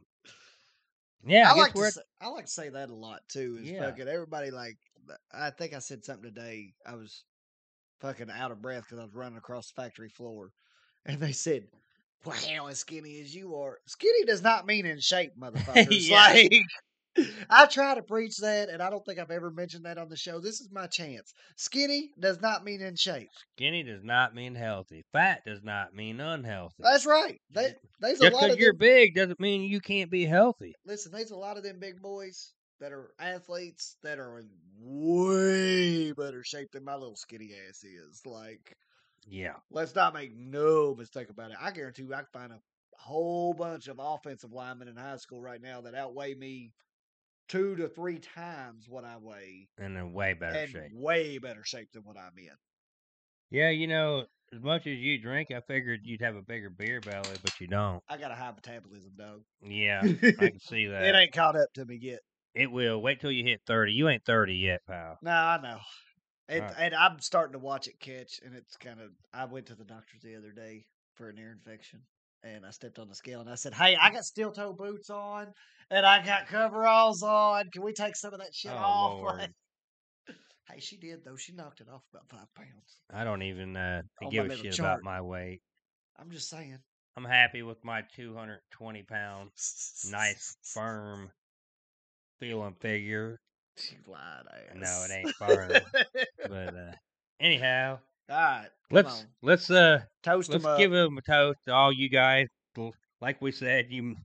S2: yeah, I,
S1: I,
S2: guess
S1: like to
S2: we're at
S1: say, I like to say that a lot too. Is
S2: Yeah.
S1: fucking everybody like I think I said something today. I was fucking out of breath because I was running across the factory floor, and they said, "Wow, as skinny as you are, skinny does not mean in shape, motherfuckers."
S2: Yeah.
S1: Like I try to preach that, and I don't think I've ever mentioned that on the show. This is my chance. Skinny does not mean in shape.
S2: Skinny does not mean healthy. Fat does not mean unhealthy.
S1: That's right. They, there's a
S2: Just
S1: lot
S2: because
S1: of
S2: you're
S1: them-
S2: big doesn't mean you can't be healthy.
S1: listen, there's a lot of them big boys that are athletes that are in way better shape than my little skinny ass is. Like,
S2: Yeah.
S1: let's not make no mistake about it. I guarantee you, I can find a whole bunch of offensive linemen in high school right now that outweigh me two to three times what I weigh
S2: in a way better
S1: and
S2: shape.
S1: way better shape than what I'm in.
S2: Yeah, you know, as much as you drink, I figured you'd have a bigger beer belly, but you don't.
S1: I got a high metabolism, dog.
S2: Yeah, I
S1: it
S2: can see that. It,
S1: ain't caught up to me yet.
S2: will. Wait till you hit thirty. You ain't thirty yet, pal.
S1: No, I know. It,
S2: Alright.
S1: And I'm starting to watch it catch, and it's kind of. I went to the doctor the other day for an ear infection, and I stepped on the scale and I said, "Hey, I got steel toe boots on, and I got coveralls on. Can we take some of that shit
S2: Oh
S1: off?"
S2: lord,
S1: Like, hey, she did though. She knocked it off about five pounds
S2: I don't even
S1: on
S2: uh,
S1: Oh, my
S2: give a
S1: little
S2: shit
S1: chart.
S2: about my weight.
S1: I'm just saying.
S2: I'm happy with my 220 pound, nice, firm, feeling figure.
S1: She lied. Ass.
S2: No, it ain't firm, but uh, anyhow,
S1: All right,
S2: let's
S1: on.
S2: let's uh
S1: toast
S2: let's
S1: them up.
S2: give them a toast to all you guys. L- Like we said, you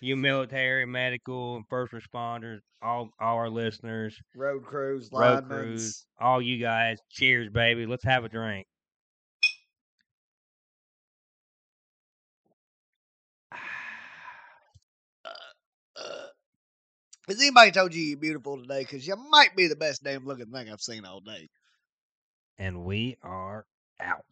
S2: you military, medical, and first responders, all all our listeners,
S1: road crews,
S2: road
S1: linemen.
S2: crews, all you guys. Cheers, baby. Let's have a drink.
S1: Uh, has anybody told you you're beautiful today? Because you might be the best damn looking thing I've seen all day.
S2: And we are out.